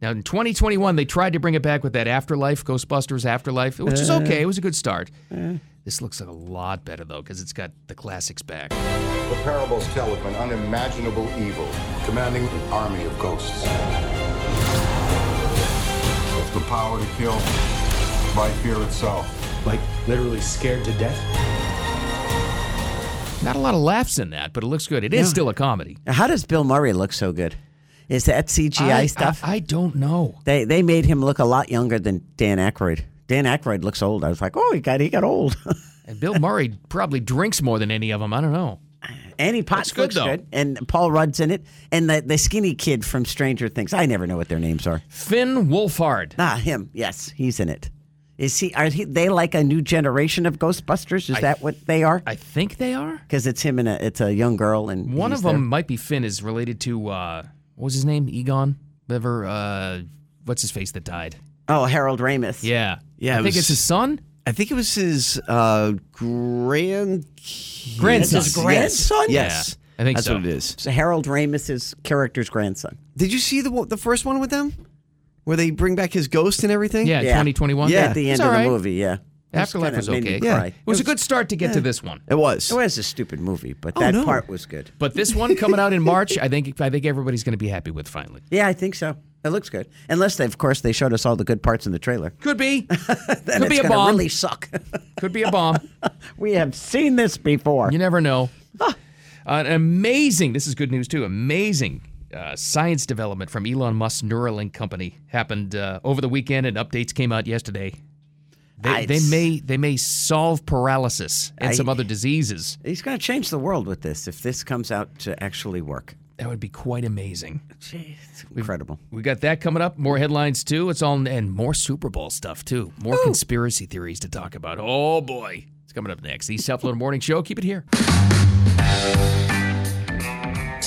[SPEAKER 4] Now, in 2021, they tried to bring it back with that Afterlife, Ghostbusters Afterlife, which is okay. It was a good start. This looks like a lot better, though, because it's got the classics back.
[SPEAKER 12] The parables tell of an unimaginable evil commanding an army of ghosts. With the power to kill by fear itself.
[SPEAKER 13] Like, literally scared to death?
[SPEAKER 4] Not a lot of laughs in that, but it looks good. It is still a comedy.
[SPEAKER 5] How does Bill Murray look so good? Is that CGI
[SPEAKER 4] I-
[SPEAKER 5] stuff?
[SPEAKER 4] I, I don't know.
[SPEAKER 5] they they made him look a lot younger than Dan Aykroyd. Dan Aykroyd looks old. I was like, oh, he got he got old. *laughs*
[SPEAKER 4] And Bill Murray probably drinks more than any of them. I don't know.
[SPEAKER 5] Annie Potts
[SPEAKER 4] Looks good,
[SPEAKER 5] looks
[SPEAKER 4] though.
[SPEAKER 5] good, and Paul Rudd's in it, and the the skinny kid from Stranger Things. I never know what their names are.
[SPEAKER 4] Finn Wolfhard.
[SPEAKER 5] Ah, him. Yes, he's in it. Is he? Are he, they like a new generation of Ghostbusters? Is that what they are?
[SPEAKER 4] I think they are.
[SPEAKER 5] Because it's him and a it's a young girl and
[SPEAKER 4] One
[SPEAKER 5] he's
[SPEAKER 4] of them
[SPEAKER 5] their-
[SPEAKER 4] might be Finn is related to uh, what was his name? Egon. Whatever. Uh, what's his face that died?
[SPEAKER 5] Oh, Harold Ramis.
[SPEAKER 4] Yeah.
[SPEAKER 9] Yeah,
[SPEAKER 4] I
[SPEAKER 9] it
[SPEAKER 4] think
[SPEAKER 9] was-
[SPEAKER 4] it's his son.
[SPEAKER 9] I think it was his uh, grandkid.
[SPEAKER 4] Grandson.
[SPEAKER 5] his grandson?
[SPEAKER 9] Yes. yes.
[SPEAKER 4] Yeah, I think
[SPEAKER 9] That's
[SPEAKER 4] so.
[SPEAKER 9] what it is.
[SPEAKER 5] So Harold Ramis's character's grandson.
[SPEAKER 9] Did you see the one- the first one with them, where they bring back his ghost and everything?
[SPEAKER 4] Yeah,
[SPEAKER 5] Yeah.
[SPEAKER 4] 2021.
[SPEAKER 9] Yeah.
[SPEAKER 5] At the
[SPEAKER 4] It's
[SPEAKER 5] end
[SPEAKER 4] all
[SPEAKER 5] of the
[SPEAKER 4] right.
[SPEAKER 5] movie, yeah.
[SPEAKER 4] Afterlife
[SPEAKER 5] It's
[SPEAKER 4] was
[SPEAKER 5] kinda made me
[SPEAKER 4] okay.
[SPEAKER 5] cry.
[SPEAKER 4] It was a good start to get to this one.
[SPEAKER 9] it was.
[SPEAKER 5] It was a stupid movie, but
[SPEAKER 9] Oh,
[SPEAKER 5] that
[SPEAKER 9] no.
[SPEAKER 5] part was good.
[SPEAKER 4] But this one coming out in March, I think I think everybody's going to be happy with finally.
[SPEAKER 5] Yeah, I think so. It looks good. Unless, they, of course, they showed us all the good parts in the trailer.
[SPEAKER 4] Could be.
[SPEAKER 5] *laughs* Then
[SPEAKER 4] Could
[SPEAKER 5] it's
[SPEAKER 4] be a
[SPEAKER 5] gonna
[SPEAKER 4] bomb.
[SPEAKER 5] really suck. *laughs*
[SPEAKER 4] Could be a bomb.
[SPEAKER 5] we have seen this before.
[SPEAKER 4] You never
[SPEAKER 5] *laughs*
[SPEAKER 4] know.
[SPEAKER 5] Ah.
[SPEAKER 4] An amazing, this is good news too, amazing uh, science development from Elon Musk's Neuralink company happened uh, over the weekend and updates came out yesterday. They,
[SPEAKER 5] I-
[SPEAKER 4] they may they may solve paralysis and
[SPEAKER 5] I-
[SPEAKER 4] some other diseases.
[SPEAKER 5] He's going to change the world with this if this comes out to actually work.
[SPEAKER 4] That would be quite amazing.
[SPEAKER 5] Jeez, incredible.
[SPEAKER 4] We got that coming up. More headlines too. It's all and more Super Bowl stuff too. More conspiracy theories to talk about. Oh boy, it's coming up next. The South Florida Morning Show. Keep it here.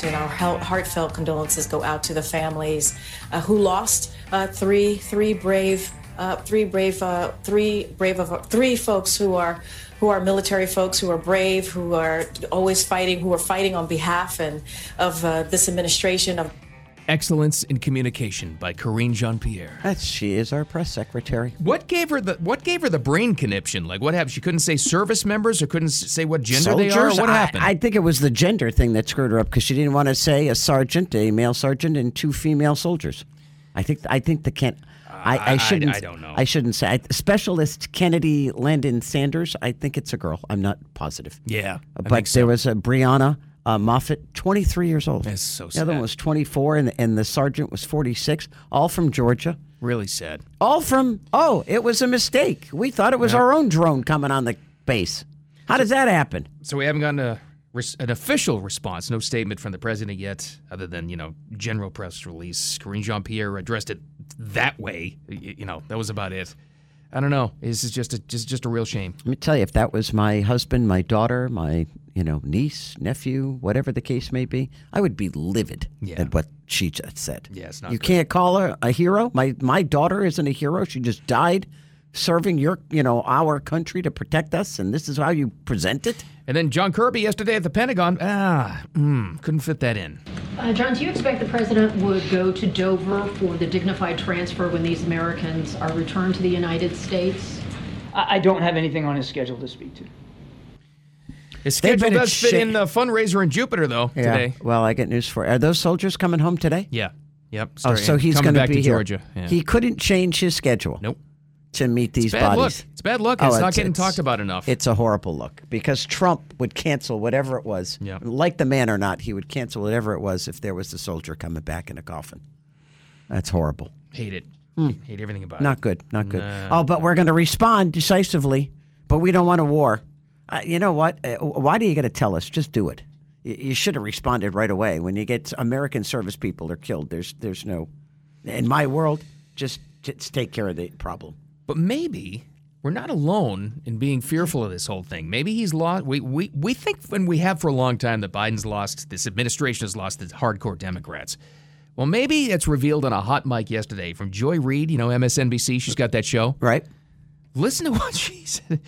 [SPEAKER 14] And our heart- heartfelt condolences go out to the families uh, who lost uh, three, three brave, uh, three brave, uh, three brave of three folks who are, who are military folks who are brave, who are always fighting, who are fighting on behalf and of uh, this administration of
[SPEAKER 4] Excellence in Communication by Corinne Jean Pierre.
[SPEAKER 5] That's, she is our press secretary.
[SPEAKER 4] What gave her the What gave her the brain conniption? Like what happened? She couldn't say service members or couldn't s- say what gender they are.
[SPEAKER 5] Soldiers?
[SPEAKER 4] What
[SPEAKER 5] I-
[SPEAKER 4] happened?
[SPEAKER 5] I, think it was the gender thing that screwed her up because she didn't want to say a sergeant, a male sergeant, and two female soldiers. I think I think the can I,
[SPEAKER 4] I-
[SPEAKER 5] I shouldn't.
[SPEAKER 4] I don't know.
[SPEAKER 5] I shouldn't say. I, Specialist Kennedy Landon Sanders. I think it's a girl. I'm not positive.
[SPEAKER 4] yeah, I
[SPEAKER 5] but
[SPEAKER 4] think so.
[SPEAKER 5] there was a Brianna uh, Moffat, 23 years old.
[SPEAKER 4] That's so
[SPEAKER 5] The other
[SPEAKER 4] sad.
[SPEAKER 5] one was 24, and and the sergeant was 46. All from Georgia.
[SPEAKER 4] really sad.
[SPEAKER 5] All from. Oh, it was a mistake. We thought it was our own drone coming on the base. How does that happen?
[SPEAKER 4] So we haven't gotten a res- an official response, no statement from the president yet, other than you know general press release. Corinne Jean Pierre addressed it that way. Y- y- You know that was about it. I don't know. This is just a just just a real shame.
[SPEAKER 5] Let me tell you, if that was my husband, my daughter, my you know niece, nephew, whatever the case may be, I would be livid
[SPEAKER 4] Yeah.
[SPEAKER 5] at what she just said.
[SPEAKER 4] Yeah, it's not
[SPEAKER 5] you
[SPEAKER 4] good.
[SPEAKER 5] can't call her a hero. My my daughter isn't a hero. She just died serving your you know our country to protect us, and this is how you present it.
[SPEAKER 4] And then John Kirby yesterday at the Pentagon. Ah, mm, couldn't fit that in.
[SPEAKER 6] Uh, John, do you expect the president would go to Dover for the dignified transfer when these Americans are returned to the United States?
[SPEAKER 3] I, I don't have anything on his schedule to speak to.
[SPEAKER 4] His
[SPEAKER 5] They've
[SPEAKER 4] schedule
[SPEAKER 5] been in
[SPEAKER 4] does fit
[SPEAKER 5] shape.
[SPEAKER 4] in the fundraiser in Jupiter, though,
[SPEAKER 5] Yeah.
[SPEAKER 4] today.
[SPEAKER 5] Well, I get news for are those soldiers coming home today?
[SPEAKER 4] Yeah. Yep.
[SPEAKER 5] Oh,
[SPEAKER 4] Start-
[SPEAKER 5] so he's
[SPEAKER 4] coming
[SPEAKER 5] going to
[SPEAKER 4] back
[SPEAKER 5] be
[SPEAKER 4] to
[SPEAKER 5] here.
[SPEAKER 4] Georgia. Yeah.
[SPEAKER 5] He couldn't change his schedule.
[SPEAKER 4] Nope.
[SPEAKER 5] To meet these
[SPEAKER 4] bad
[SPEAKER 5] bodies. Oh,
[SPEAKER 4] luck. It's bad luck. It's not getting talked about enough.
[SPEAKER 5] It's a horrible look because Trump would cancel whatever it was.
[SPEAKER 4] Yeah.
[SPEAKER 5] Like the man or not, he would cancel whatever it was if there was a soldier coming back in a coffin. That's horrible.
[SPEAKER 4] Hate it. Hate everything about
[SPEAKER 5] hmm. Not
[SPEAKER 4] it.
[SPEAKER 5] good. Not good.
[SPEAKER 4] Nah.
[SPEAKER 5] Oh, but we're going to respond decisively. But we don't want a war. Uh, you know what? Uh, why do you got to tell us? Just do it. You, you should have responded right away. When you get American service people are killed, there's there's no. In my world, just just take care of the problem.
[SPEAKER 4] But maybe we're not alone in being fearful of this whole thing. Maybe he's lost. We, we, we think, and we have for a long time, that Biden's lost, this administration has lost the hardcore Democrats. Well, maybe it's revealed on a hot mic yesterday from Joy Reid, you know, MSNBC. She's got that show.
[SPEAKER 5] Right.
[SPEAKER 4] Listen to what *laughs* she said.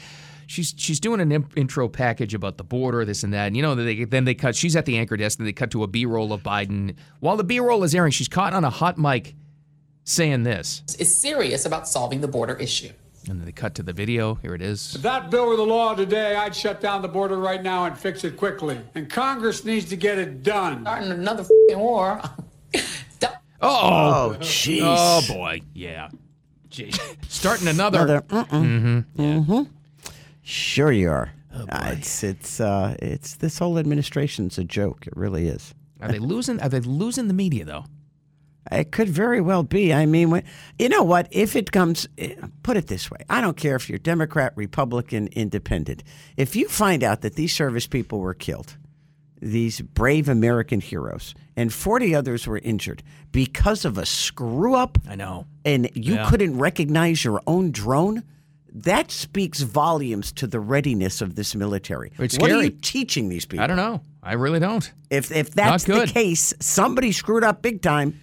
[SPEAKER 4] She's, she's doing an imp- intro package about the border, this and that. And, you know, they, then they cut, she's at the anchor desk, and they cut to a B roll of Biden. While the B roll is airing, she's caught on a hot mic saying this.
[SPEAKER 7] Is serious about solving the border issue.
[SPEAKER 4] And then they cut to the video. Here it is.
[SPEAKER 8] That bill were the law today, I'd shut down the border right now and fix it quickly. And Congress needs to get it done.
[SPEAKER 7] Starting another f***ing war.
[SPEAKER 4] Oh,
[SPEAKER 5] Oh, jeez.
[SPEAKER 4] Oh boy, yeah. Jeez. Starting another.
[SPEAKER 5] Another. Mm-mm. hmm Sure you are. Uh, it's it's uh, it's this whole administration's a joke. It really is.
[SPEAKER 4] Are they losing? Are they losing the media though?
[SPEAKER 5] It could very well be. I mean, when, you know what? If it comes, eh, put it this way I don't care if you're Democrat, Republican, Independent. If you find out that these service people were killed, these brave American heroes, and 40 others were injured because of a screw up.
[SPEAKER 4] I know.
[SPEAKER 5] And you
[SPEAKER 4] Yeah.
[SPEAKER 5] couldn't recognize your own drone. That speaks volumes to the readiness of this military.
[SPEAKER 4] It's
[SPEAKER 5] what are
[SPEAKER 4] scary.
[SPEAKER 5] you teaching these people?
[SPEAKER 4] I don't know. I really don't.
[SPEAKER 5] If if that's the
[SPEAKER 4] good.
[SPEAKER 5] case, somebody screwed up big time.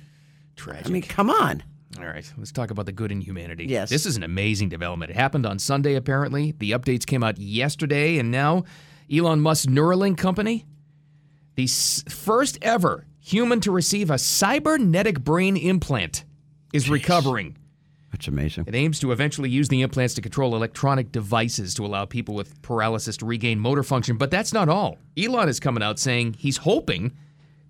[SPEAKER 4] Tragic.
[SPEAKER 5] I mean, come on.
[SPEAKER 4] All right, let's talk about the good in humanity.
[SPEAKER 5] Yes.
[SPEAKER 4] This is an amazing development. It happened on Sunday, apparently. The updates came out yesterday, and now Elon Musk's Neuralink company, the s- first ever human to receive a cybernetic brain implant, is recovering.
[SPEAKER 5] That's amazing.
[SPEAKER 4] It aims to eventually use the implants to control electronic devices to allow people with paralysis to regain motor function. But that's not all. Elon is coming out saying he's hoping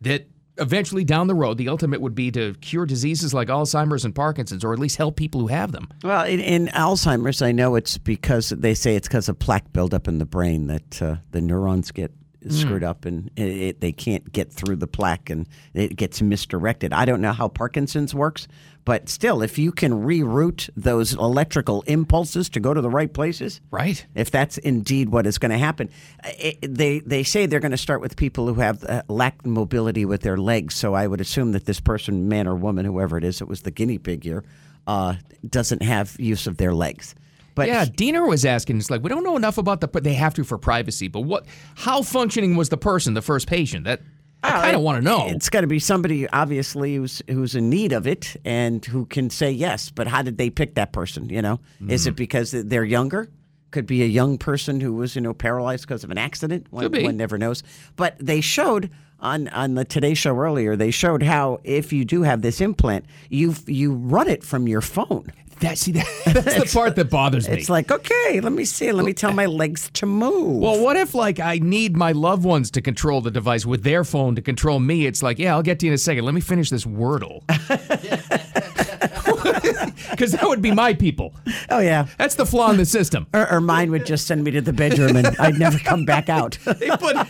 [SPEAKER 4] that eventually down the road, the ultimate would be to cure diseases like Alzheimer's and Parkinson's, or at least help people who have them.
[SPEAKER 5] Well, in, in Alzheimer's, I know it's because they say it's because of plaque buildup in the brain that uh, the neurons get screwed up and it, it, they can't get through the plaque and it gets misdirected. I don't know how Parkinson's works, but still, if you can reroute those electrical impulses to go to the right places,
[SPEAKER 4] Right.
[SPEAKER 5] if that's indeed what is going to happen. Uh, it- they they say they're going to start with people who have uh, lack mobility with their legs. So I would assume that this person, man or woman, whoever it is, it was the guinea pig here, uh, doesn't have use of their legs. But
[SPEAKER 4] yeah, Diener was asking. It's like we don't know enough about the. per- They have to for privacy, but what? How functioning was the person, the first patient? That I kind of want to know.
[SPEAKER 5] Oh, It's got to be somebody obviously who's who's in need of it and who can say yes. But how did they pick that person? You know, is
[SPEAKER 4] Mm.
[SPEAKER 5] it because they're younger? Could be a young person who was you know paralyzed because of an accident. One,
[SPEAKER 4] Could be.
[SPEAKER 5] one never knows. But they showed on on the Today Show earlier. They showed how if you do have this implant, you you run it from your phone.
[SPEAKER 4] That see that, *laughs* that's the part that bothers me.
[SPEAKER 5] It's like okay, let me see. Let me tell my legs to move.
[SPEAKER 4] Well, what if like I need my loved ones to control the device with their phone to control me? It's like, yeah, I'll get to you in a second. Let me finish this Wordle. *laughs* Because that would be my people.
[SPEAKER 5] oh yeah.
[SPEAKER 4] That's the flaw in the system.
[SPEAKER 5] Or, or mine would just send me to the bedroom and I'd never come back out. *laughs*
[SPEAKER 4] They put Uh,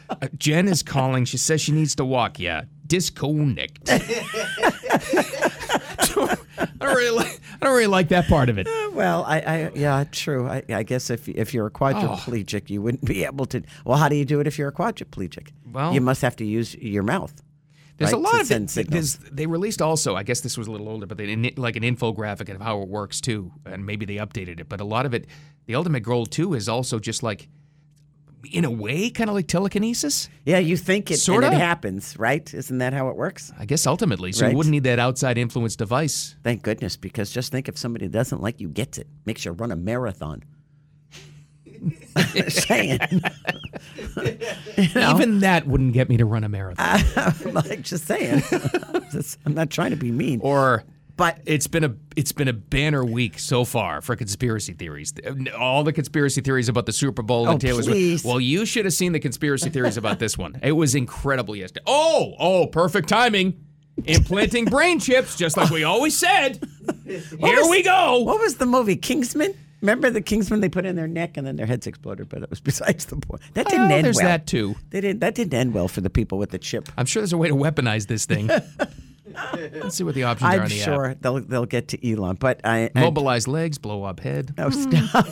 [SPEAKER 4] *laughs* Jen is calling. She says she needs to walk. Yeah, *laughs* disconnect. I don't really, like, I don't really like that part of it.
[SPEAKER 5] Well, I, I yeah, true. I, I guess if if you're a quadriplegic, you wouldn't be able to. Well, how do you do it if you're a quadriplegic?
[SPEAKER 4] Well-
[SPEAKER 5] you must have to use your mouth.
[SPEAKER 4] There's
[SPEAKER 5] right,
[SPEAKER 4] a
[SPEAKER 5] to
[SPEAKER 4] lot of
[SPEAKER 5] send
[SPEAKER 4] it.
[SPEAKER 5] signals.
[SPEAKER 4] There's, they released also. I guess this was a little older, but they didn't like an infographic of how it works too, and maybe they updated it. But a lot of it, the ultimate goal too, is also just like, in a way, kind of like telekinesis.
[SPEAKER 5] Yeah, you think it
[SPEAKER 4] Sorta.
[SPEAKER 5] and it happens, right? Isn't that how it works?
[SPEAKER 4] I guess ultimately, so
[SPEAKER 5] Right.
[SPEAKER 4] you wouldn't need that outside influence device.
[SPEAKER 5] Thank goodness, because just think if somebody doesn't like you, gets it, makes you run a marathon. *laughs* Just saying, *laughs*
[SPEAKER 4] Even that wouldn't get me to run a marathon.
[SPEAKER 5] *laughs* I'm like, just saying. Just- I'm not trying to be mean.
[SPEAKER 4] or
[SPEAKER 5] But
[SPEAKER 4] it's been a it's been a banner week so far for conspiracy theories. All the conspiracy theories about the Super Bowl and
[SPEAKER 5] Oh,
[SPEAKER 4] Taylor Swift.
[SPEAKER 5] please.
[SPEAKER 4] Well, you should have seen the conspiracy theories about this one. It was incredible yesterday. Oh, oh, perfect timing. Implanting brain chips, just like we always said. Here we go.
[SPEAKER 5] What was the movie Kingsman? Remember the Kingsman? They put in their neck and then their heads exploded, but it was *laughs* besides the point. That didn't
[SPEAKER 4] Well,
[SPEAKER 5] end
[SPEAKER 4] there's
[SPEAKER 5] well.
[SPEAKER 4] that, too.
[SPEAKER 5] They didn't. That didn't end well for the people with the chip.
[SPEAKER 4] I'm sure there's a way to weaponize this
[SPEAKER 5] *laughs*
[SPEAKER 4] thing. Let's see what the options are
[SPEAKER 5] I'm
[SPEAKER 4] on the
[SPEAKER 5] sure
[SPEAKER 4] app.
[SPEAKER 5] they'll they'll get to Elon, but I, I *laughs*
[SPEAKER 4] Mobilize legs, blow up head.
[SPEAKER 5] No, stop.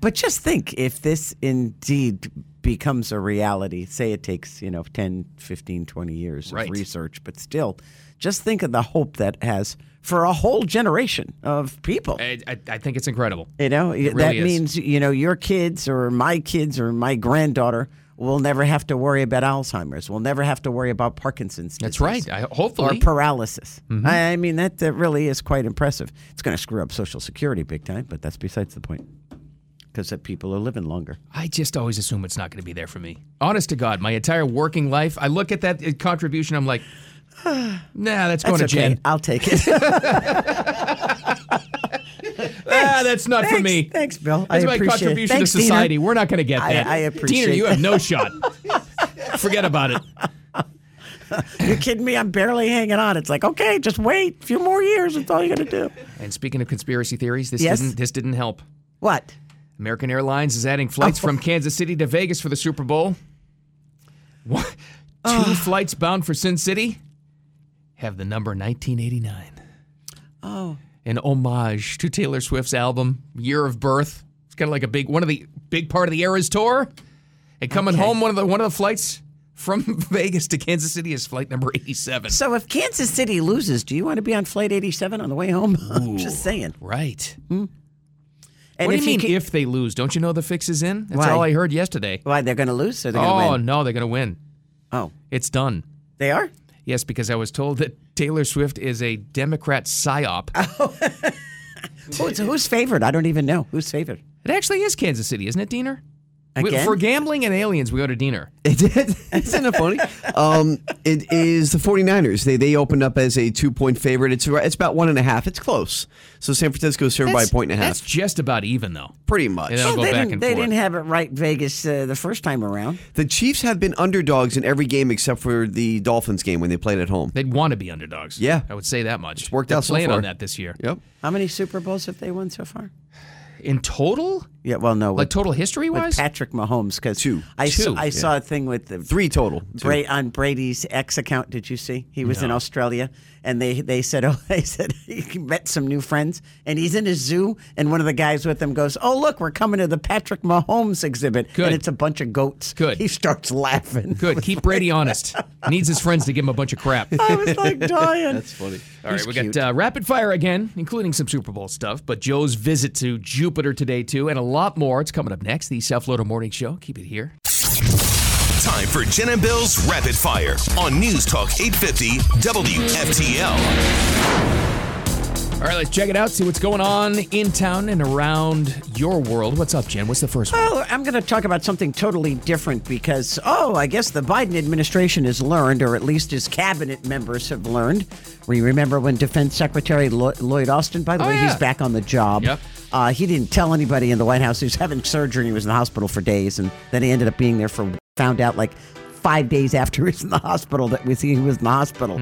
[SPEAKER 5] but just think if this indeed becomes a reality, say it takes, you know, 10, 15, 20 years
[SPEAKER 4] Right.
[SPEAKER 5] of research, but still, just think of the hope that has for a whole generation of people.
[SPEAKER 4] I, I, I think it's incredible.
[SPEAKER 5] You know,
[SPEAKER 4] It
[SPEAKER 5] that
[SPEAKER 4] really is.
[SPEAKER 5] means, you know, your kids or my kids or my granddaughter will never have to worry about Alzheimer's. We'll never have to worry about Parkinson's disease.
[SPEAKER 4] That's right. I, hopefully. Mm-hmm.
[SPEAKER 5] Or paralysis. I, I mean, that, that really is quite impressive. It's going to screw up Social Security big time, but that's besides the point because that people are living longer.
[SPEAKER 4] I just always assume it's not going to be there for me. Honest to God, my entire working life, I look at that uh, contribution, I'm like, *sighs* nah, that's going
[SPEAKER 5] That's
[SPEAKER 4] to
[SPEAKER 5] okay.
[SPEAKER 4] Jen.
[SPEAKER 5] I'll take
[SPEAKER 4] *laughs*
[SPEAKER 5] it.
[SPEAKER 4] Ah, that's not for
[SPEAKER 5] Thanks.
[SPEAKER 4] me.
[SPEAKER 5] Thanks, Bill. I
[SPEAKER 4] That's my
[SPEAKER 5] appreciate it.
[SPEAKER 4] contribution
[SPEAKER 5] Thanks,
[SPEAKER 4] to
[SPEAKER 5] Dina.
[SPEAKER 4] society. We're not going to get
[SPEAKER 5] I-
[SPEAKER 4] that.
[SPEAKER 5] I
[SPEAKER 4] Tina,
[SPEAKER 5] appreciate
[SPEAKER 4] you have no
[SPEAKER 5] that.
[SPEAKER 4] shot.
[SPEAKER 5] *laughs*
[SPEAKER 4] Forget about it.
[SPEAKER 5] You're kidding me? I'm barely hanging on. It's like, okay, just wait a few more years. That's all you're going to do.
[SPEAKER 4] And speaking of conspiracy theories, this
[SPEAKER 5] Yes?
[SPEAKER 4] didn't this didn't help.
[SPEAKER 5] What?
[SPEAKER 4] American Airlines is adding flights
[SPEAKER 5] Oh.
[SPEAKER 4] from Kansas City to Vegas for the Super Bowl. What? Two flights bound for Sin City have the number 1989.
[SPEAKER 5] Oh.
[SPEAKER 4] an homage to Taylor Swift's album Year of Birth. It's kind of like a big one of the big part of the Eras tour. And coming home, one of the one of the flights from *laughs* Vegas to Kansas City is flight number eighty-seven.
[SPEAKER 5] So if Kansas City loses, do you want to be on flight 87 on the way home? *laughs* I'm just saying.
[SPEAKER 4] right.
[SPEAKER 5] And
[SPEAKER 4] what do
[SPEAKER 5] if
[SPEAKER 4] you
[SPEAKER 5] you
[SPEAKER 4] mean
[SPEAKER 5] ca-
[SPEAKER 4] if they lose? Don't you know the fix is in? That's
[SPEAKER 5] Why?
[SPEAKER 4] all I heard yesterday.
[SPEAKER 5] Why they're going to lose? So they're
[SPEAKER 4] oh
[SPEAKER 5] going to win.
[SPEAKER 4] no, they're going to win.
[SPEAKER 5] Oh,
[SPEAKER 4] It's done.
[SPEAKER 5] they are.
[SPEAKER 4] Yes, because I was told that Taylor Swift is a Democrat psyop.
[SPEAKER 9] Ah.
[SPEAKER 5] Who's, who's favored? I don't even know who's favored.
[SPEAKER 4] It actually is Kansas City, isn't it, Diener? We-
[SPEAKER 5] Again?
[SPEAKER 4] For gambling and aliens, we go to Diener.
[SPEAKER 9] *laughs* Isn't that funny? Um, it is the 49ers. They they opened up as a two point favorite. It's right- it's about one and a half. It's close. So San Francisco is favored by a
[SPEAKER 4] That's-
[SPEAKER 9] point and a
[SPEAKER 4] That's
[SPEAKER 9] half.
[SPEAKER 4] just about even, though.
[SPEAKER 9] Pretty much.
[SPEAKER 4] And it'll
[SPEAKER 5] they
[SPEAKER 4] go back
[SPEAKER 5] didn't,
[SPEAKER 4] and
[SPEAKER 5] they
[SPEAKER 4] forth.
[SPEAKER 5] didn't have it right, Vegas, uh, the first time around.
[SPEAKER 9] The Chiefs have been underdogs in every game except for the Dolphins game when they played at home.
[SPEAKER 4] They'd want to be underdogs.
[SPEAKER 9] Yeah.
[SPEAKER 4] I would say that much. It's
[SPEAKER 9] worked
[SPEAKER 4] They're
[SPEAKER 9] out so
[SPEAKER 4] playing
[SPEAKER 9] far.
[SPEAKER 4] on that this year.
[SPEAKER 9] Yep.
[SPEAKER 5] How many Super Bowls have they won so far?
[SPEAKER 4] In total,
[SPEAKER 5] Yeah, well, no.
[SPEAKER 4] like
[SPEAKER 5] With,
[SPEAKER 4] total history
[SPEAKER 5] with
[SPEAKER 4] wise,
[SPEAKER 5] Patrick Mahomes, because
[SPEAKER 9] Two.
[SPEAKER 5] I,
[SPEAKER 4] Two,
[SPEAKER 5] saw, I
[SPEAKER 4] yeah.
[SPEAKER 5] saw a thing with the
[SPEAKER 9] Three total. Two.
[SPEAKER 5] Bra- on Brady's ex account. Did you see? He was in Australia, and they they said, *laughs* oh, they said he met some new friends, and he's in a zoo, and one of the guys with him goes, oh look, we're coming to the Patrick Mahomes exhibit,
[SPEAKER 4] Good.
[SPEAKER 5] and it's a bunch of goats.
[SPEAKER 4] Good.
[SPEAKER 5] He starts laughing.
[SPEAKER 4] good. Keep Brady
[SPEAKER 9] *laughs*
[SPEAKER 4] honest. Needs his friends to give him a bunch of crap. All
[SPEAKER 5] *laughs* I was like dying.
[SPEAKER 9] That's funny.
[SPEAKER 4] right, we got uh, rapid fire again, including some Super Bowl stuff, but Joe's visit to Jupiter today too, and a lot more. It's coming up next. The South Florida Morning Show. Keep it here.
[SPEAKER 1] Time for Jen and Bill's Rapid Fire on News Talk 850 WFTL.
[SPEAKER 4] All right, let's check it out. See what's going on in town and around your world. What's up, Jen? What's the first one?
[SPEAKER 5] Well, I'm going to talk about something totally different because, oh, I guess the Biden administration has learned, or at least his cabinet members have learned. We remember when Defense Secretary Lo- Lloyd Austin, by the
[SPEAKER 4] Oh,
[SPEAKER 5] way,
[SPEAKER 4] yeah.
[SPEAKER 5] he's back on the job.
[SPEAKER 4] Yep.
[SPEAKER 5] Uh, he didn't tell anybody in the White House. He was having surgery and he was in the hospital for days, and then he ended up being there for, found out like five days after he was in the hospital that we see he was in the hospital.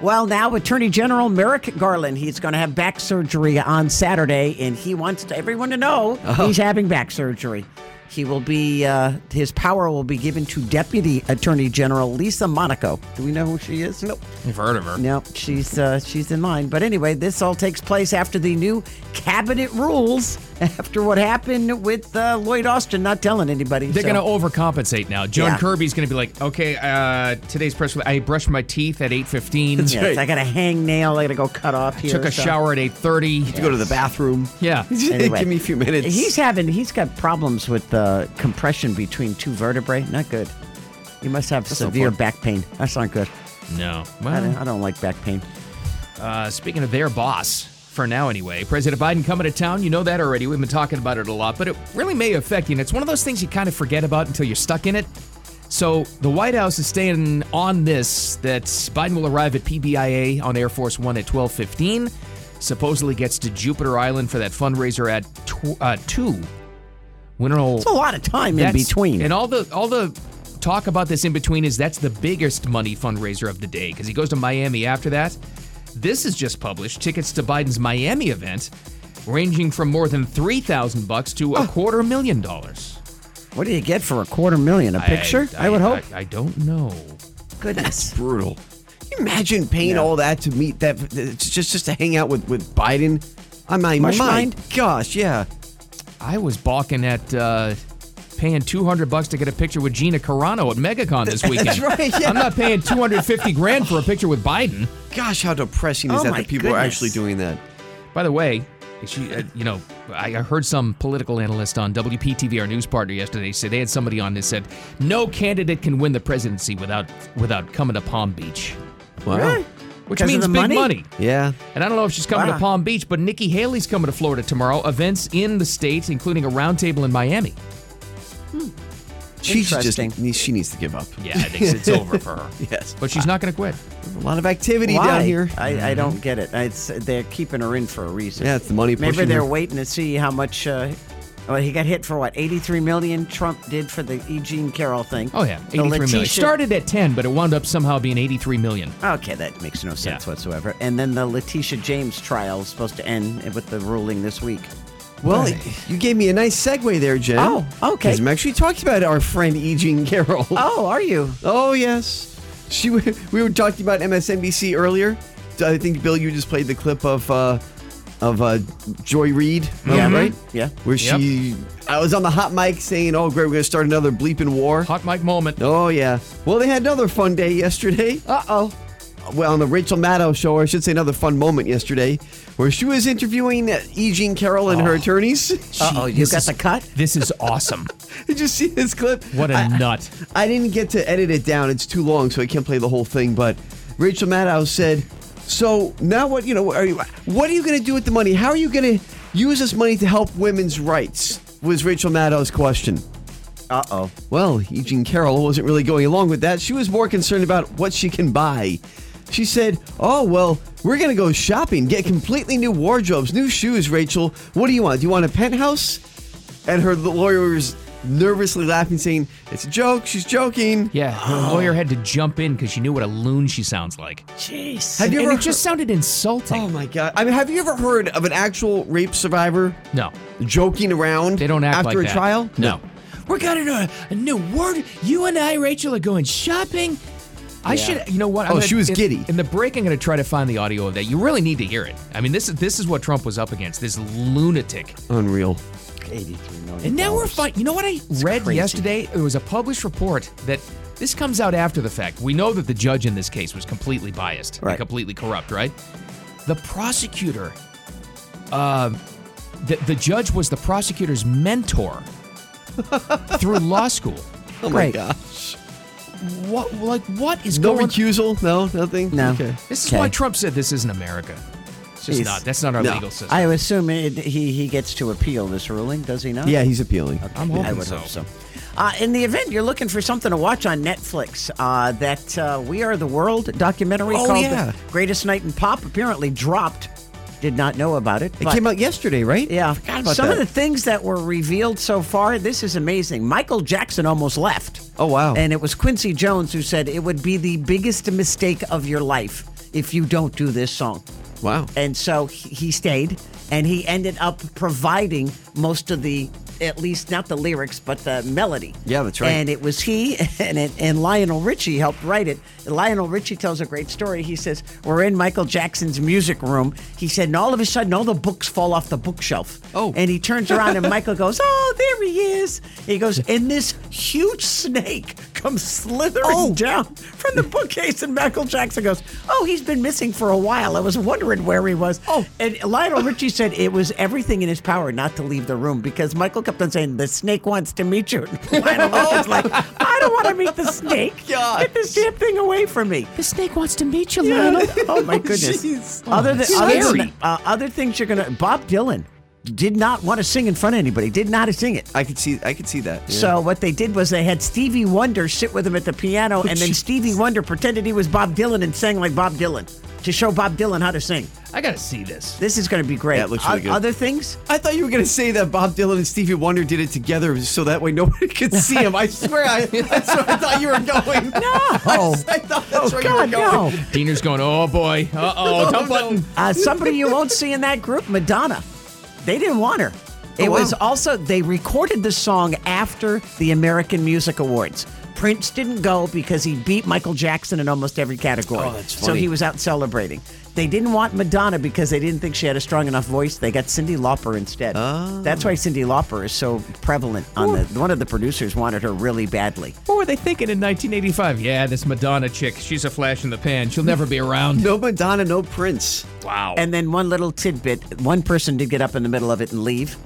[SPEAKER 5] Well, now Attorney General Merrick Garland, he's going to have back surgery on Saturday, and he wants to- everyone to know he's having back surgery. He will be, uh, his power will be given to Deputy Attorney General Lisa Monaco. Do we know who she is? Nope.
[SPEAKER 4] You've heard of her.
[SPEAKER 5] No, she's uh, she's in line. But anyway, this all takes place after the new cabinet rules. *laughs* After what happened with uh, Lloyd Austin not telling anybody.
[SPEAKER 4] They're
[SPEAKER 5] so-
[SPEAKER 4] going to overcompensate now. Joan
[SPEAKER 5] Yeah.
[SPEAKER 4] Kirby's going to be like, okay, uh, today's press. release- I brushed my teeth at eight fifteen.
[SPEAKER 5] Yes, I got a hang nail. I got to go cut off here.
[SPEAKER 4] Took a
[SPEAKER 5] so-
[SPEAKER 9] *laughs*
[SPEAKER 4] shower at eight thirty.
[SPEAKER 9] Go to the bathroom.
[SPEAKER 4] Yeah.
[SPEAKER 5] Anyway.
[SPEAKER 9] Give me a few minutes.
[SPEAKER 5] He's having he's got problems with uh, compression between two vertebrae. Not good. He must have
[SPEAKER 9] no
[SPEAKER 5] severe
[SPEAKER 9] fun.
[SPEAKER 5] back pain. That's not good.
[SPEAKER 4] No.
[SPEAKER 5] I don't,
[SPEAKER 4] Well,
[SPEAKER 5] I don't like back pain.
[SPEAKER 4] uh, speaking of their boss, for now anyway, President Biden coming to town. You know that already. We've been talking about it a lot, but it really may affect you. And it's one of those things you kind of forget about until you're stuck in it. So the White House is staying on this that Biden will arrive at PBIA on Air Force One at 12:15. Supposedly gets to Jupiter Island for that fundraiser at tw- uh, two. We don't know. It's
[SPEAKER 5] a lot of time in between.
[SPEAKER 4] And all the all the talk about this in between is that's the biggest money fundraiser of the day because he goes to Miami after that. This is just published tickets to Biden's Miami event, ranging from more than three thousand bucks to a quarter million dollars.
[SPEAKER 5] What do you get for a quarter million? A picture? I, would hope.
[SPEAKER 4] I, I don't know.
[SPEAKER 5] Goodness. *laughs*
[SPEAKER 9] brutal. Can you imagine paying all that to meet that it's just just to hang out with with Biden? On my
[SPEAKER 4] Much
[SPEAKER 9] mind,
[SPEAKER 4] mind.
[SPEAKER 9] gosh, yeah.
[SPEAKER 4] I was balking at uh, paying 200 bucks to get a picture with Gina Carano at MegaCon
[SPEAKER 5] *laughs*
[SPEAKER 4] this weekend.
[SPEAKER 9] That's right, yeah.
[SPEAKER 4] I'm not paying 250 grand for a picture with Biden.
[SPEAKER 9] Gosh, how depressing is
[SPEAKER 4] Oh
[SPEAKER 9] that
[SPEAKER 4] my
[SPEAKER 9] that people are
[SPEAKER 4] goodness.
[SPEAKER 9] actually doing that?
[SPEAKER 4] By the way, she, uh, you know, I I heard some political analyst on WPTV, our news partner, yesterday say they had somebody on that said no candidate can win the presidency without without coming to Palm Beach.
[SPEAKER 9] Wow.
[SPEAKER 5] Hmm.
[SPEAKER 9] Really?
[SPEAKER 4] Which
[SPEAKER 9] Because of
[SPEAKER 4] means
[SPEAKER 9] the
[SPEAKER 4] big
[SPEAKER 9] money?
[SPEAKER 4] money?
[SPEAKER 9] Yeah.
[SPEAKER 4] And I don't know if she's coming
[SPEAKER 9] Wow.
[SPEAKER 4] to Palm Beach, but Nikki Haley's coming to Florida tomorrow. Events in the state, including a roundtable in Miami.
[SPEAKER 9] She should just needs- she needs to give up.
[SPEAKER 4] Yeah, I think it's over for her.
[SPEAKER 9] yes,
[SPEAKER 4] but she's not going to quit.
[SPEAKER 9] A lot of activity
[SPEAKER 5] Why?
[SPEAKER 9] down here.
[SPEAKER 5] I, I don't get it. It's, they're keeping her in for a reason.
[SPEAKER 9] Yeah, it's the money
[SPEAKER 5] Maybe
[SPEAKER 9] pushing
[SPEAKER 5] they're
[SPEAKER 9] her.
[SPEAKER 5] waiting to see how much. Uh, well, he got hit for what? Eighty-three million. Trump did for the E. Jean Carroll thing.
[SPEAKER 4] Oh yeah,
[SPEAKER 5] The
[SPEAKER 4] 83 million.
[SPEAKER 5] Letitia-
[SPEAKER 4] Started at 10, but it wound up somehow being 83 million.
[SPEAKER 5] Okay, that makes no sense whatsoever. And then the Letitia James trial is supposed to end with the ruling this week.
[SPEAKER 9] Well, you gave me a nice segue there, Jen.
[SPEAKER 5] Oh, okay.
[SPEAKER 9] 'Cause I'm actually talking about our friend E. Jean Carroll.
[SPEAKER 5] Oh, are you?
[SPEAKER 9] Oh, yes. She. We were talking about MSNBC earlier. I think Bill, you just played the clip of uh, of uh, Joy Reid,
[SPEAKER 5] Yeah. Mm-hmm.
[SPEAKER 9] right?
[SPEAKER 5] Yeah.
[SPEAKER 9] Where she, I was on the hot mic saying, "Oh, great, we're going to start another bleeping war."
[SPEAKER 4] Hot mic moment.
[SPEAKER 9] Oh yeah. Well, they had another fun day yesterday. Uh oh. Well, on the Rachel Maddow show, or I should say, another fun moment yesterday, where she was interviewing E. Jean Carroll and
[SPEAKER 5] Oh.
[SPEAKER 9] her attorneys.
[SPEAKER 5] Uh-oh, you got the cut.
[SPEAKER 4] This is awesome.
[SPEAKER 5] *laughs*
[SPEAKER 9] Did you see this clip?
[SPEAKER 4] What a
[SPEAKER 9] I-
[SPEAKER 4] nut.
[SPEAKER 9] I didn't get to edit it down. It's too long, so I can't play the whole thing. But Rachel Maddow said, "So now what? You know, are you, what are you going to do with the money? How are you going to use this money to help women's rights?" Was Rachel Maddow's question.
[SPEAKER 5] Uh oh.
[SPEAKER 9] Well, Eugene Carroll wasn't really going along with that. She was more concerned about what she can buy. She said, Oh, well, we're going to go shopping, get completely new wardrobes, new shoes, Rachel. What do you want? Do you want a penthouse? And her lawyer was nervously laughing, saying, It's a joke. She's joking.
[SPEAKER 4] Yeah,
[SPEAKER 9] *gasps*
[SPEAKER 4] her lawyer had to jump in because she knew what a loon she sounds like.
[SPEAKER 5] Jeez.
[SPEAKER 9] Have you
[SPEAKER 4] and
[SPEAKER 9] ever
[SPEAKER 4] it just sounded insulting.
[SPEAKER 9] Oh, my God. I mean, have you ever heard of an actual rape survivor
[SPEAKER 4] No.
[SPEAKER 9] joking around they don't
[SPEAKER 4] act
[SPEAKER 9] after
[SPEAKER 4] like
[SPEAKER 9] a
[SPEAKER 4] that.
[SPEAKER 9] trial?
[SPEAKER 4] No. We're going to a new word. You and I, Rachel, are going shopping. I
[SPEAKER 9] Yeah.
[SPEAKER 4] should, you know what?
[SPEAKER 9] Oh, she was
[SPEAKER 4] in-
[SPEAKER 9] giddy.
[SPEAKER 4] In the break, I'm going to try to find the audio of that. You really need to hear it. I mean, this is this is what Trump was up against. This lunatic.
[SPEAKER 9] Unreal.
[SPEAKER 5] Eighty-three million.
[SPEAKER 4] And now we're fine. You know what I read
[SPEAKER 5] crazy.
[SPEAKER 4] yesterday? It was a published report that this comes out after the fact. We know that the judge in this case was completely biased, and
[SPEAKER 5] Right.
[SPEAKER 4] completely corrupt, right? The prosecutor, um, the, the judge was the prosecutor's
[SPEAKER 5] *laughs*
[SPEAKER 4] mentor through law school.
[SPEAKER 9] Oh, my
[SPEAKER 5] Right.
[SPEAKER 9] gosh.
[SPEAKER 4] What, like, what is
[SPEAKER 9] No
[SPEAKER 4] going?
[SPEAKER 9] recusal? No, nothing?
[SPEAKER 5] No.
[SPEAKER 9] Okay.
[SPEAKER 4] This is
[SPEAKER 5] Okay.
[SPEAKER 4] why Trump said this isn't America. It's just
[SPEAKER 5] Jeez.
[SPEAKER 4] not. That's not our
[SPEAKER 9] No.
[SPEAKER 4] legal system.
[SPEAKER 5] I assume it, he he gets to appeal this ruling, does he not?
[SPEAKER 9] Yeah, he's appealing.
[SPEAKER 4] I'm hoping
[SPEAKER 5] I would
[SPEAKER 4] so.
[SPEAKER 5] hope so. Uh, in the event you're looking for something to watch on Netflix, uh, that uh, We Are the World documentary
[SPEAKER 9] Oh,
[SPEAKER 5] called
[SPEAKER 9] yeah.
[SPEAKER 5] The Greatest Night in Pop apparently dropped. Did not know about it.
[SPEAKER 9] It
[SPEAKER 5] but-
[SPEAKER 9] came out yesterday, right?
[SPEAKER 5] Yeah,
[SPEAKER 9] forgot about
[SPEAKER 5] some
[SPEAKER 9] that.
[SPEAKER 5] of the things that were revealed so far. This is amazing. Michael Jackson almost left.
[SPEAKER 9] Oh, wow.
[SPEAKER 5] And it was Quincy Jones who said it would be the biggest mistake of your life if you don't do this song.
[SPEAKER 9] Wow.
[SPEAKER 5] And so he he stayed, and he ended up providing most of the, at least not the lyrics, but the melody.
[SPEAKER 9] Yeah, that's right.
[SPEAKER 5] And it was he *laughs* and it, and Lionel Richie helped write it. Lionel Richie tells a great story. He says, "We're in Michael Jackson's music room." He said, and all of a sudden, all the books fall off the bookshelf.
[SPEAKER 9] Oh.
[SPEAKER 5] And he turns around and Michael
[SPEAKER 9] *laughs*
[SPEAKER 5] goes, "Oh, there he is." He goes, and this huge snake comes slithering
[SPEAKER 4] Oh.
[SPEAKER 5] down from the bookcase, and Michael Jackson goes, "Oh, he's been missing for a while. I was wondering where he was." Oh. And Lionel Richie said it was everything in his power not to leave the room because Michael kept on saying, "The snake wants to meet you." Lionel
[SPEAKER 4] Oh.
[SPEAKER 5] Richie's like, "I don't want to meet the
[SPEAKER 4] *laughs*
[SPEAKER 5] snake.
[SPEAKER 9] God.
[SPEAKER 5] Get this damn thing away from me."
[SPEAKER 4] The snake wants to meet you,
[SPEAKER 5] Yeah. *laughs* Oh my goodness!
[SPEAKER 4] *laughs*
[SPEAKER 9] Jeez.
[SPEAKER 5] Other than,
[SPEAKER 4] Scary.
[SPEAKER 5] other, than uh, other things, you're gonna Bob Dylan did not want to sing in front of anybody. Did not sing it.
[SPEAKER 9] I could see. I could see that. yeah.
[SPEAKER 5] So what they did was they had Stevie Wonder sit with him at the piano, and then Stevie Wonder pretended he was Bob Dylan and sang like Bob Dylan to show Bob Dylan how to sing.
[SPEAKER 4] I gotta see this.
[SPEAKER 5] This is gonna be great.
[SPEAKER 9] Yeah, it looks really
[SPEAKER 5] O-
[SPEAKER 9] good.
[SPEAKER 5] Other things?
[SPEAKER 9] I thought you were going to say that Bob Dylan and Stevie Wonder did it together so that way
[SPEAKER 5] *laughs*
[SPEAKER 9] nobody could see him. I swear, I, that's where I thought you were going. No. *laughs* I, I thought that's where
[SPEAKER 5] Oh, God,
[SPEAKER 9] you were going.
[SPEAKER 5] no.
[SPEAKER 4] Diener's going, oh boy, uh
[SPEAKER 5] *laughs*
[SPEAKER 4] oh, dump button.
[SPEAKER 5] Uh, somebody you won't see in that group, Madonna. They didn't want her. It
[SPEAKER 9] Oh, wow.
[SPEAKER 5] was also, they recorded the song after the American Music Awards. Prince didn't go because he beat Michael Jackson in almost every category.
[SPEAKER 9] Oh, that's
[SPEAKER 5] So
[SPEAKER 9] funny.
[SPEAKER 5] he was out celebrating. They didn't want Madonna because they didn't think she had a strong enough voice. They got Cindy Lauper instead.
[SPEAKER 9] Oh.
[SPEAKER 5] That's why Cindy Lauper is so prevalent on the. One of the producers wanted her really badly.
[SPEAKER 4] What were they thinking in 1985? Yeah, this Madonna chick, she's a flash in the pan. She'll never be around.
[SPEAKER 9] No Madonna, no Prince.
[SPEAKER 4] Wow.
[SPEAKER 5] And then one little tidbit one person did get up in the middle of it and leave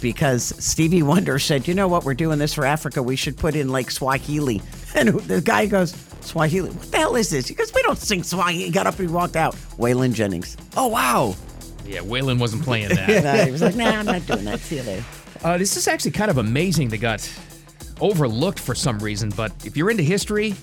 [SPEAKER 5] because Stevie Wonder said, You know what? We're doing this for Africa. We should put in like Swahili. *laughs* And the guy goes, Swahili. What the hell is this? He goes, We don't sing Swahili. He got up and he walked out. Waylon Jennings.
[SPEAKER 9] Oh, wow.
[SPEAKER 4] Yeah, Waylon wasn't playing
[SPEAKER 5] No,
[SPEAKER 4] that.
[SPEAKER 5] he was like, Nah, I'm not doing that. See you
[SPEAKER 4] *laughs*
[SPEAKER 5] later.
[SPEAKER 4] uh, this is actually kind of amazing. They got overlooked for some reason, but if you're into history,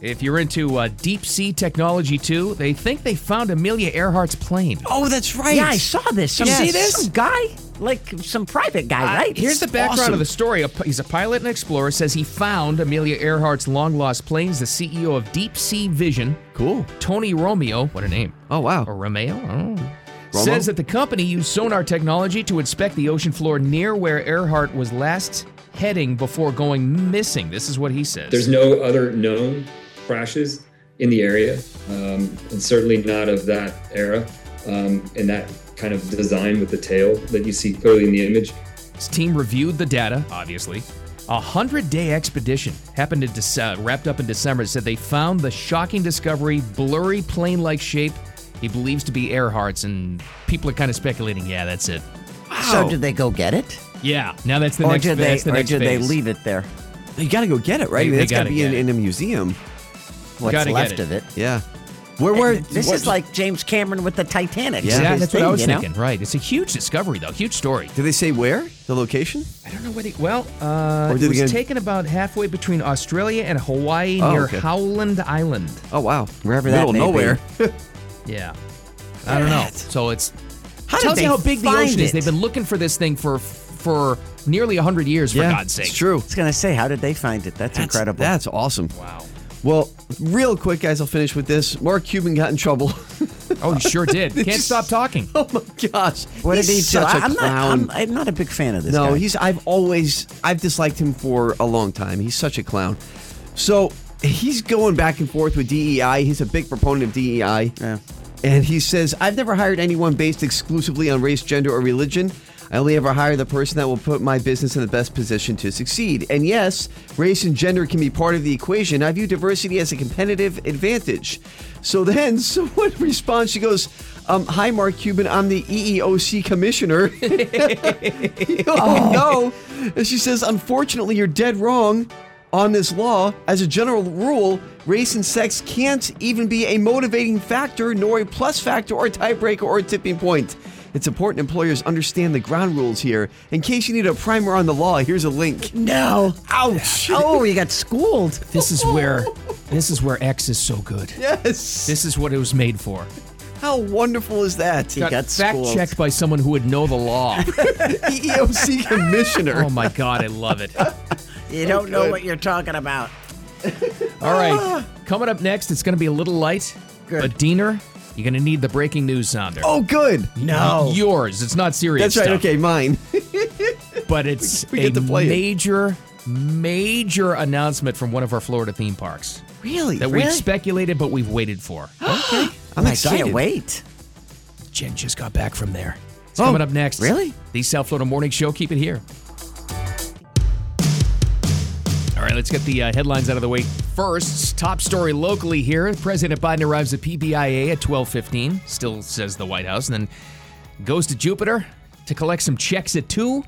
[SPEAKER 4] if you're into uh, deep sea technology too, they think they found Amelia Earhart's plane.
[SPEAKER 9] Oh, that's right.
[SPEAKER 5] Yeah, I saw this. You
[SPEAKER 4] Yes. Uh,
[SPEAKER 5] see this? Some guy, like some private guy, right?
[SPEAKER 4] Here's the background
[SPEAKER 5] Awesome.
[SPEAKER 4] of the story. A p- He's a pilot and explorer. Says he found Amelia Earhart's long lost planes. The CEO of Deep Sea Vision,
[SPEAKER 9] Cool.
[SPEAKER 4] Tony Romeo, what a name,
[SPEAKER 9] Oh, wow.
[SPEAKER 4] or Romeo, I don't know,
[SPEAKER 9] Romo?
[SPEAKER 4] says that the company used sonar technology to inspect the ocean floor near where Earhart was last heading before going missing. This is what he says.
[SPEAKER 15] There's no other known crashes in the area, um, and certainly not of that era um, and that kind of design with the tail that you see clearly in the image.
[SPEAKER 4] His team reviewed the data, obviously. A hundred day expedition happened in Dece- uh, wrapped up in December. It Said they found the shocking discovery, blurry plane like shape. He believes to be Earhart's, and people are kind of speculating. Yeah, that's it.
[SPEAKER 5] So, did they go get it?
[SPEAKER 4] Yeah, now that's the
[SPEAKER 5] or
[SPEAKER 4] next.
[SPEAKER 5] did they,
[SPEAKER 4] that's the
[SPEAKER 5] or
[SPEAKER 4] next
[SPEAKER 5] did they
[SPEAKER 4] phase.
[SPEAKER 5] leave it there?
[SPEAKER 9] You got to go get it,
[SPEAKER 4] They-
[SPEAKER 9] right? I mean,
[SPEAKER 4] they
[SPEAKER 9] that's got to
[SPEAKER 4] gotta
[SPEAKER 9] be in,
[SPEAKER 4] get it.
[SPEAKER 9] in a museum.
[SPEAKER 5] What's
[SPEAKER 4] gotta get
[SPEAKER 5] left
[SPEAKER 4] it.
[SPEAKER 5] of it?
[SPEAKER 9] Yeah. Where were
[SPEAKER 5] This
[SPEAKER 9] what-
[SPEAKER 5] is like James Cameron with the Titanic.
[SPEAKER 9] Yeah.
[SPEAKER 5] It's
[SPEAKER 4] Yeah,
[SPEAKER 5] his
[SPEAKER 4] that's what I
[SPEAKER 5] thing,
[SPEAKER 4] was
[SPEAKER 5] you know?
[SPEAKER 4] thinking. Right, it's a huge discovery, though. Huge story.
[SPEAKER 9] Did they say where? The location?
[SPEAKER 4] I don't know what he. Well, uh,
[SPEAKER 9] Or
[SPEAKER 4] it
[SPEAKER 9] did
[SPEAKER 4] was
[SPEAKER 9] they get-
[SPEAKER 4] taken about halfway between Australia and Hawaii
[SPEAKER 9] Oh,
[SPEAKER 4] near
[SPEAKER 9] okay.
[SPEAKER 4] Howland Island.
[SPEAKER 9] Oh, wow.
[SPEAKER 5] Wherever that
[SPEAKER 9] Middle of
[SPEAKER 5] may be.
[SPEAKER 9] nowhere.
[SPEAKER 4] Yeah, I don't know. So it's
[SPEAKER 5] How did
[SPEAKER 4] tells
[SPEAKER 5] they
[SPEAKER 4] you how big the
[SPEAKER 5] find
[SPEAKER 4] ocean is.
[SPEAKER 5] it?
[SPEAKER 4] They've been looking for this thing for for nearly hundred years. For God's sake,
[SPEAKER 9] It's true.
[SPEAKER 5] I was gonna say, how did they find it? That's,
[SPEAKER 9] That's-
[SPEAKER 5] incredible.
[SPEAKER 9] That's awesome. Wow. Well, real quick, guys, I'll finish with this. Mark Cuban got in trouble.
[SPEAKER 4] Oh, you sure did. Can't
[SPEAKER 9] just-
[SPEAKER 4] stop talking.
[SPEAKER 9] oh my gosh.
[SPEAKER 5] what
[SPEAKER 9] he's
[SPEAKER 5] did he do?
[SPEAKER 9] such
[SPEAKER 5] I-
[SPEAKER 9] a
[SPEAKER 5] I'm not.
[SPEAKER 9] clown.
[SPEAKER 5] I'm, I'm not a big fan of this.
[SPEAKER 9] no,
[SPEAKER 5] guy.
[SPEAKER 9] he's. I've always. I've disliked him for a long time. He's such a clown. So he's going back and forth with DEI. He's a big proponent of DEI.
[SPEAKER 5] Yeah.
[SPEAKER 9] And he says, I've never hired anyone based exclusively on race, gender, or religion. I only ever hire the person that will put my business in the best position to succeed. And yes, race and gender can be part of the equation. I view diversity as a competitive advantage. So then *laughs* someone responds, she goes, um, Hi, Mark Cuban, I'm the E EEOC commissioner. *laughs* oh, no. And she says, Unfortunately, you're dead wrong on this law. As a general rule, race and sex can't even be a motivating factor, nor a plus factor, or a tiebreaker, or a tipping point. It's important employers understand the ground rules here. In case you need a primer on the law, here's a link.
[SPEAKER 5] no.
[SPEAKER 9] *laughs* Ouch!
[SPEAKER 5] Oh, he got schooled.
[SPEAKER 4] This is where this is where X is so good.
[SPEAKER 9] Yes!
[SPEAKER 4] This is what it was made for.
[SPEAKER 9] How wonderful is that?
[SPEAKER 5] He got
[SPEAKER 4] fact
[SPEAKER 5] schooled.
[SPEAKER 4] checked by someone who would know the law. *laughs*
[SPEAKER 9] EEOC commissioner.
[SPEAKER 4] oh my God, I love it.
[SPEAKER 5] You don't know
[SPEAKER 9] good.
[SPEAKER 5] what you're talking about.
[SPEAKER 4] All right, coming up next, it's going to be a little light,
[SPEAKER 5] Good.
[SPEAKER 4] but Diener, you're going to need the breaking news sounder.
[SPEAKER 9] Oh, good.
[SPEAKER 5] No.
[SPEAKER 4] yours. It's not serious.
[SPEAKER 9] That's right.
[SPEAKER 4] stuff.
[SPEAKER 5] *laughs*
[SPEAKER 9] Okay, mine.
[SPEAKER 4] but it's
[SPEAKER 9] We- we get
[SPEAKER 4] a
[SPEAKER 9] to play it.
[SPEAKER 4] major, major announcement from one of our Florida theme parks
[SPEAKER 9] Really?
[SPEAKER 4] that we've speculated but we've waited for.
[SPEAKER 9] I'm
[SPEAKER 5] I
[SPEAKER 9] excited.
[SPEAKER 5] can't wait.
[SPEAKER 4] Jen just got back from there. It's
[SPEAKER 9] Oh,
[SPEAKER 4] coming up next.
[SPEAKER 5] really?
[SPEAKER 4] The South Florida Morning Show. Keep it here. All right, let's get the uh, headlines out of the way first. Top story locally here: President Biden arrives at PBIA at 12:15. Still says the White House, and then goes to Jupiter to collect some checks at two,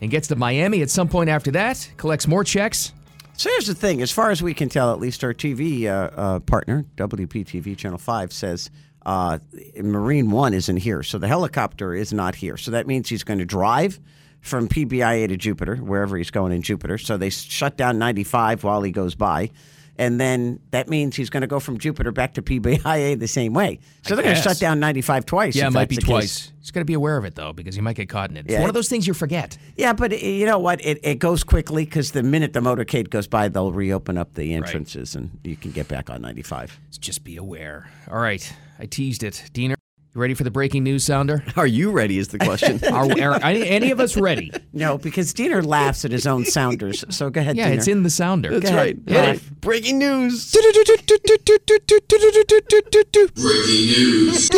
[SPEAKER 4] and gets to Miami at some point after that. Collects more checks.
[SPEAKER 5] So here's the thing. As far as we can tell, at least our TV uh, uh, partner, WPTV Channel 5, says Uh, Marine One isn't here, so the helicopter is not here. So that means he's going to drive from PBIA to Jupiter, wherever he's going in Jupiter. So they shut down 95 while he goes by. And then that means he's going to go from Jupiter back to PBIA the same way. So
[SPEAKER 4] I
[SPEAKER 5] they're going to
[SPEAKER 4] guess.
[SPEAKER 5] shut down 95 twice.
[SPEAKER 4] yeah,
[SPEAKER 5] if
[SPEAKER 4] it might
[SPEAKER 5] that's
[SPEAKER 4] be
[SPEAKER 5] the case.
[SPEAKER 4] twice. He's got to be aware of it though, because you might get caught in it. It's
[SPEAKER 5] Yeah.
[SPEAKER 4] one of those things you forget.
[SPEAKER 5] Yeah, but i- you know what? It, it goes quickly because the minute the motorcade goes by, they'll reopen up the entrances and you can get back on 95.
[SPEAKER 4] Just be aware. All right, I teased it. Diener, you ready for the breaking news sounder?
[SPEAKER 9] Are you ready? Is the question.
[SPEAKER 4] are, are any of us *laughs* ready?
[SPEAKER 5] *laughs* No, because Diener laughs at his own sounders. So go ahead,
[SPEAKER 4] Yeah,
[SPEAKER 5] Diener.
[SPEAKER 4] it's in the sounder.
[SPEAKER 5] Go
[SPEAKER 4] That's
[SPEAKER 5] ahead.
[SPEAKER 4] right.
[SPEAKER 5] Go ahead.
[SPEAKER 9] Breaking news.
[SPEAKER 10] Breaking news.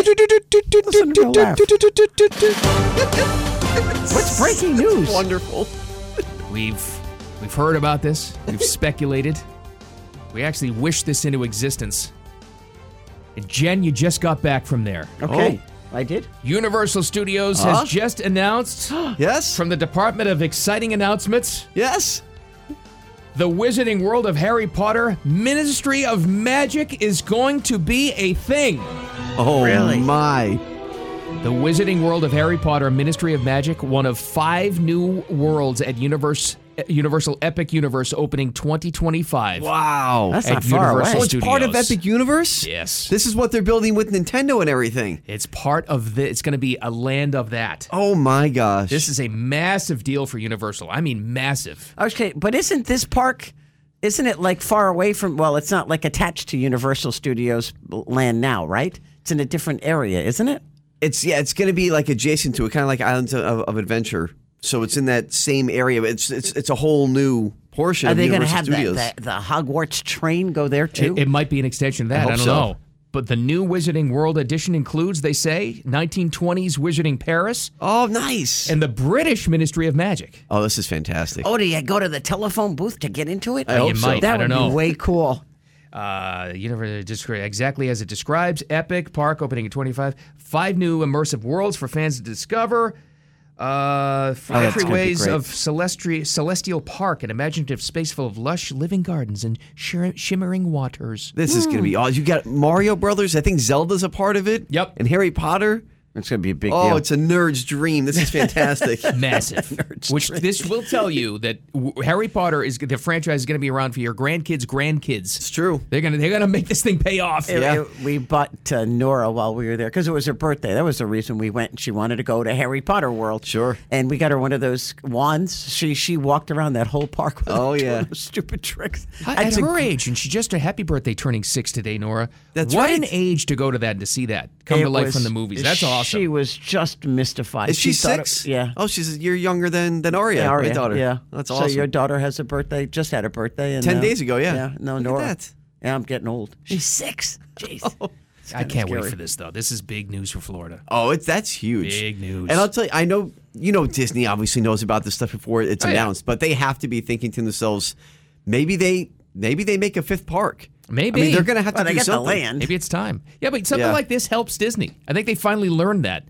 [SPEAKER 5] What's breaking news?
[SPEAKER 9] Wonderful.
[SPEAKER 4] We've we've heard about this. We've speculated. We actually wished this into existence. And Jen, you just got back from there.
[SPEAKER 5] Okay, I did.
[SPEAKER 4] Universal Studios
[SPEAKER 5] Huh?
[SPEAKER 4] has just *gasps* announced
[SPEAKER 9] yes
[SPEAKER 4] from the Department of Exciting Announcements.
[SPEAKER 9] Yes.
[SPEAKER 4] The Wizarding World of Harry Potter Ministry of Magic is going to be a thing.
[SPEAKER 9] Oh my.
[SPEAKER 4] The Wizarding World of Harry Potter Ministry of Magic, one of 5 new worlds at Universe Universal Epic Universe opening 2025.
[SPEAKER 9] Wow.
[SPEAKER 4] That's At not far Universal away.
[SPEAKER 9] Oh, it's part of
[SPEAKER 4] Studios.
[SPEAKER 9] Epic Universe?
[SPEAKER 4] Yes.
[SPEAKER 9] This is what they're building with Nintendo and everything.
[SPEAKER 4] It's part of the. It's going to be a land of that.
[SPEAKER 9] Oh my gosh.
[SPEAKER 4] This is a massive deal for Universal. I mean, massive.
[SPEAKER 5] Okay, but isn't this park, isn't it like far away from, well, it's not like attached to Universal Studios land now, right? It's in a different area, isn't it?
[SPEAKER 9] It's yeah, it's going to be like adjacent to it, kind of like Islands of, of Adventure. So it's in that same area. but It's it's it's a whole new portion.
[SPEAKER 5] Are
[SPEAKER 9] of
[SPEAKER 5] they going to
[SPEAKER 9] Universal
[SPEAKER 5] have that,
[SPEAKER 9] Studios.
[SPEAKER 5] that, the Hogwarts train go there too?
[SPEAKER 4] It, it might be an extension of that. I,
[SPEAKER 9] hope
[SPEAKER 4] don't
[SPEAKER 9] so.
[SPEAKER 4] know. But the new Wizarding World edition includes, they say, 1920s Wizarding Paris.
[SPEAKER 9] Oh, nice.
[SPEAKER 4] And the British Ministry of Magic.
[SPEAKER 9] Oh, this is fantastic.
[SPEAKER 5] oh, do you go to the telephone booth to get into it?
[SPEAKER 4] I hope You so. might.
[SPEAKER 5] That
[SPEAKER 4] I don't
[SPEAKER 5] would
[SPEAKER 4] know.
[SPEAKER 5] be way cool.
[SPEAKER 4] Uh, Universal descri- exactly as it describes. Epic Park opening in 25. Five new immersive worlds for fans to discover. Uh,
[SPEAKER 9] Oh, gonna
[SPEAKER 4] five
[SPEAKER 9] be
[SPEAKER 4] free ways
[SPEAKER 9] great.
[SPEAKER 4] of celestri- celestial park, an imaginative space full of lush living gardens and shir- shimmering waters.
[SPEAKER 9] This is going to be awesome. You got Mario Brothers. I think Zelda's a part of it. Yep. And Harry Potter.
[SPEAKER 5] It's going to be a big
[SPEAKER 9] Oh,
[SPEAKER 5] deal.
[SPEAKER 9] it's a nerd's dream. This is fantastic. *laughs*
[SPEAKER 4] massive. Which this will tell you that w- Harry Potter is the franchise is going to be around for your grandkids' grandkids. It's
[SPEAKER 9] true.
[SPEAKER 4] They're gonna they're gonna make this thing pay off.
[SPEAKER 5] It- it- we bought uh, Nora while we were there because it was her birthday. That was the reason we went. She wanted to go to Harry Potter World. Sure. And we got her one of those wands. She she walked around that whole park. With *laughs*
[SPEAKER 9] Oh,
[SPEAKER 5] doing
[SPEAKER 9] yeah.
[SPEAKER 5] those stupid tricks.
[SPEAKER 4] At
[SPEAKER 5] That's a-
[SPEAKER 4] her age, and she just a happy birthday turning six today, Nora.
[SPEAKER 9] That's
[SPEAKER 4] what
[SPEAKER 9] right.
[SPEAKER 4] an age to go to that and to see that come
[SPEAKER 5] it
[SPEAKER 4] to life
[SPEAKER 5] was-
[SPEAKER 4] from the movies. That's awesome.
[SPEAKER 5] She was just mystified.
[SPEAKER 9] Is she,
[SPEAKER 5] thought it-
[SPEAKER 9] six?
[SPEAKER 5] yeah.
[SPEAKER 9] Oh, she's a year younger than than Aria,
[SPEAKER 5] Yeah,
[SPEAKER 9] my
[SPEAKER 5] Aria,
[SPEAKER 9] daughter.
[SPEAKER 5] Yeah,
[SPEAKER 9] That's
[SPEAKER 5] so
[SPEAKER 9] awesome.
[SPEAKER 5] your daughter has a birthday. Just had a birthday. And,
[SPEAKER 9] Ten
[SPEAKER 5] uh,
[SPEAKER 9] days ago, yeah.
[SPEAKER 5] no,
[SPEAKER 9] Look at
[SPEAKER 5] Nora.
[SPEAKER 9] that.
[SPEAKER 5] Yeah, I'm getting old. She's six.
[SPEAKER 9] *laughs*
[SPEAKER 5] Jeez. It's
[SPEAKER 4] I
[SPEAKER 5] kinda
[SPEAKER 4] can't wait
[SPEAKER 5] scary.
[SPEAKER 4] for this though. This is big news for Florida.
[SPEAKER 9] Oh, it's that's huge.
[SPEAKER 4] Big news.
[SPEAKER 9] And I'll tell you, I know you know Disney obviously knows about this stuff before it's
[SPEAKER 4] Oh, yeah.
[SPEAKER 9] announced, but they have to be thinking to themselves, maybe they maybe they make a fifth park.
[SPEAKER 4] Maybe
[SPEAKER 9] I mean, they're going to have
[SPEAKER 5] Well,
[SPEAKER 9] to
[SPEAKER 5] they
[SPEAKER 9] do
[SPEAKER 5] got the
[SPEAKER 9] something.
[SPEAKER 4] *laughs*
[SPEAKER 5] land.
[SPEAKER 4] Maybe it's time. Yeah, but something
[SPEAKER 9] Yeah.
[SPEAKER 4] like this helps Disney. I think they finally learned that.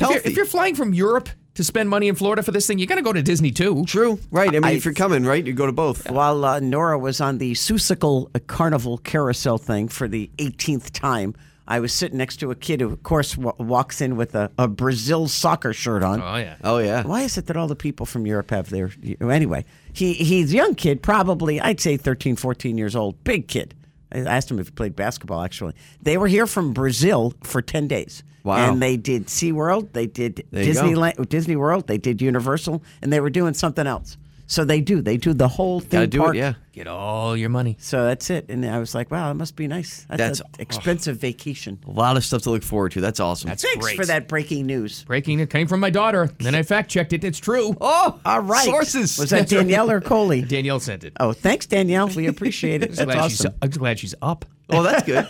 [SPEAKER 4] If
[SPEAKER 9] healthy.
[SPEAKER 4] you're, if you're flying from Europe to spend money in Florida for this thing, you got to go to Disney too.
[SPEAKER 9] True, right? I mean,
[SPEAKER 5] I-
[SPEAKER 9] if you're coming, right, you go to both.
[SPEAKER 5] While uh, Nora was on the Seussical Carnival Carousel thing for the 18th time, I was sitting next to a kid who, of course, wa walks in with a, a Brazil soccer shirt on.
[SPEAKER 4] Oh yeah.
[SPEAKER 9] Oh yeah,
[SPEAKER 5] Uh, Why is it that all the people from Europe have their. Anyway, he, he's a young kid, probably, I'd say 13, 14 years old, big kid. I asked him if he played basketball, actually. They were here from Brazil for 10 days.
[SPEAKER 9] Wow.
[SPEAKER 5] And they did SeaWorld, they did
[SPEAKER 9] you go.
[SPEAKER 5] Disneyland, Disney World, they did Universal, and they were doing something else. So they do. They do the whole thing.
[SPEAKER 9] gotta do it. Yeah,
[SPEAKER 4] Get all your money.
[SPEAKER 5] So that's it. And I was like, wow, it must be nice. That's,
[SPEAKER 9] That's- Oh,
[SPEAKER 5] an expensive vacation.
[SPEAKER 9] a lot of stuff to look forward to. That's awesome.
[SPEAKER 4] That's
[SPEAKER 5] Thanks
[SPEAKER 4] great.
[SPEAKER 5] for that breaking news.
[SPEAKER 4] Breaking it came from my daughter. And then I fact checked it. It's true.
[SPEAKER 9] oh,
[SPEAKER 5] All right.
[SPEAKER 9] Sources.
[SPEAKER 5] Was that Danielle or
[SPEAKER 9] *laughs*
[SPEAKER 5] Coley?
[SPEAKER 4] Danielle sent it.
[SPEAKER 5] Oh, thanks, Danielle. We appreciate it.
[SPEAKER 4] I'm *laughs*
[SPEAKER 5] That's
[SPEAKER 4] glad, she's,
[SPEAKER 5] awesome.
[SPEAKER 4] I'm glad she's up.
[SPEAKER 9] oh, that's good.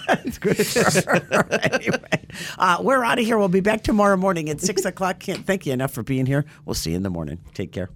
[SPEAKER 5] *laughs* anyway, uh, we're out of here. We'll be back tomorrow morning at 6 o'clock. Can't thank you enough for being here. We'll see you in the morning. Take care.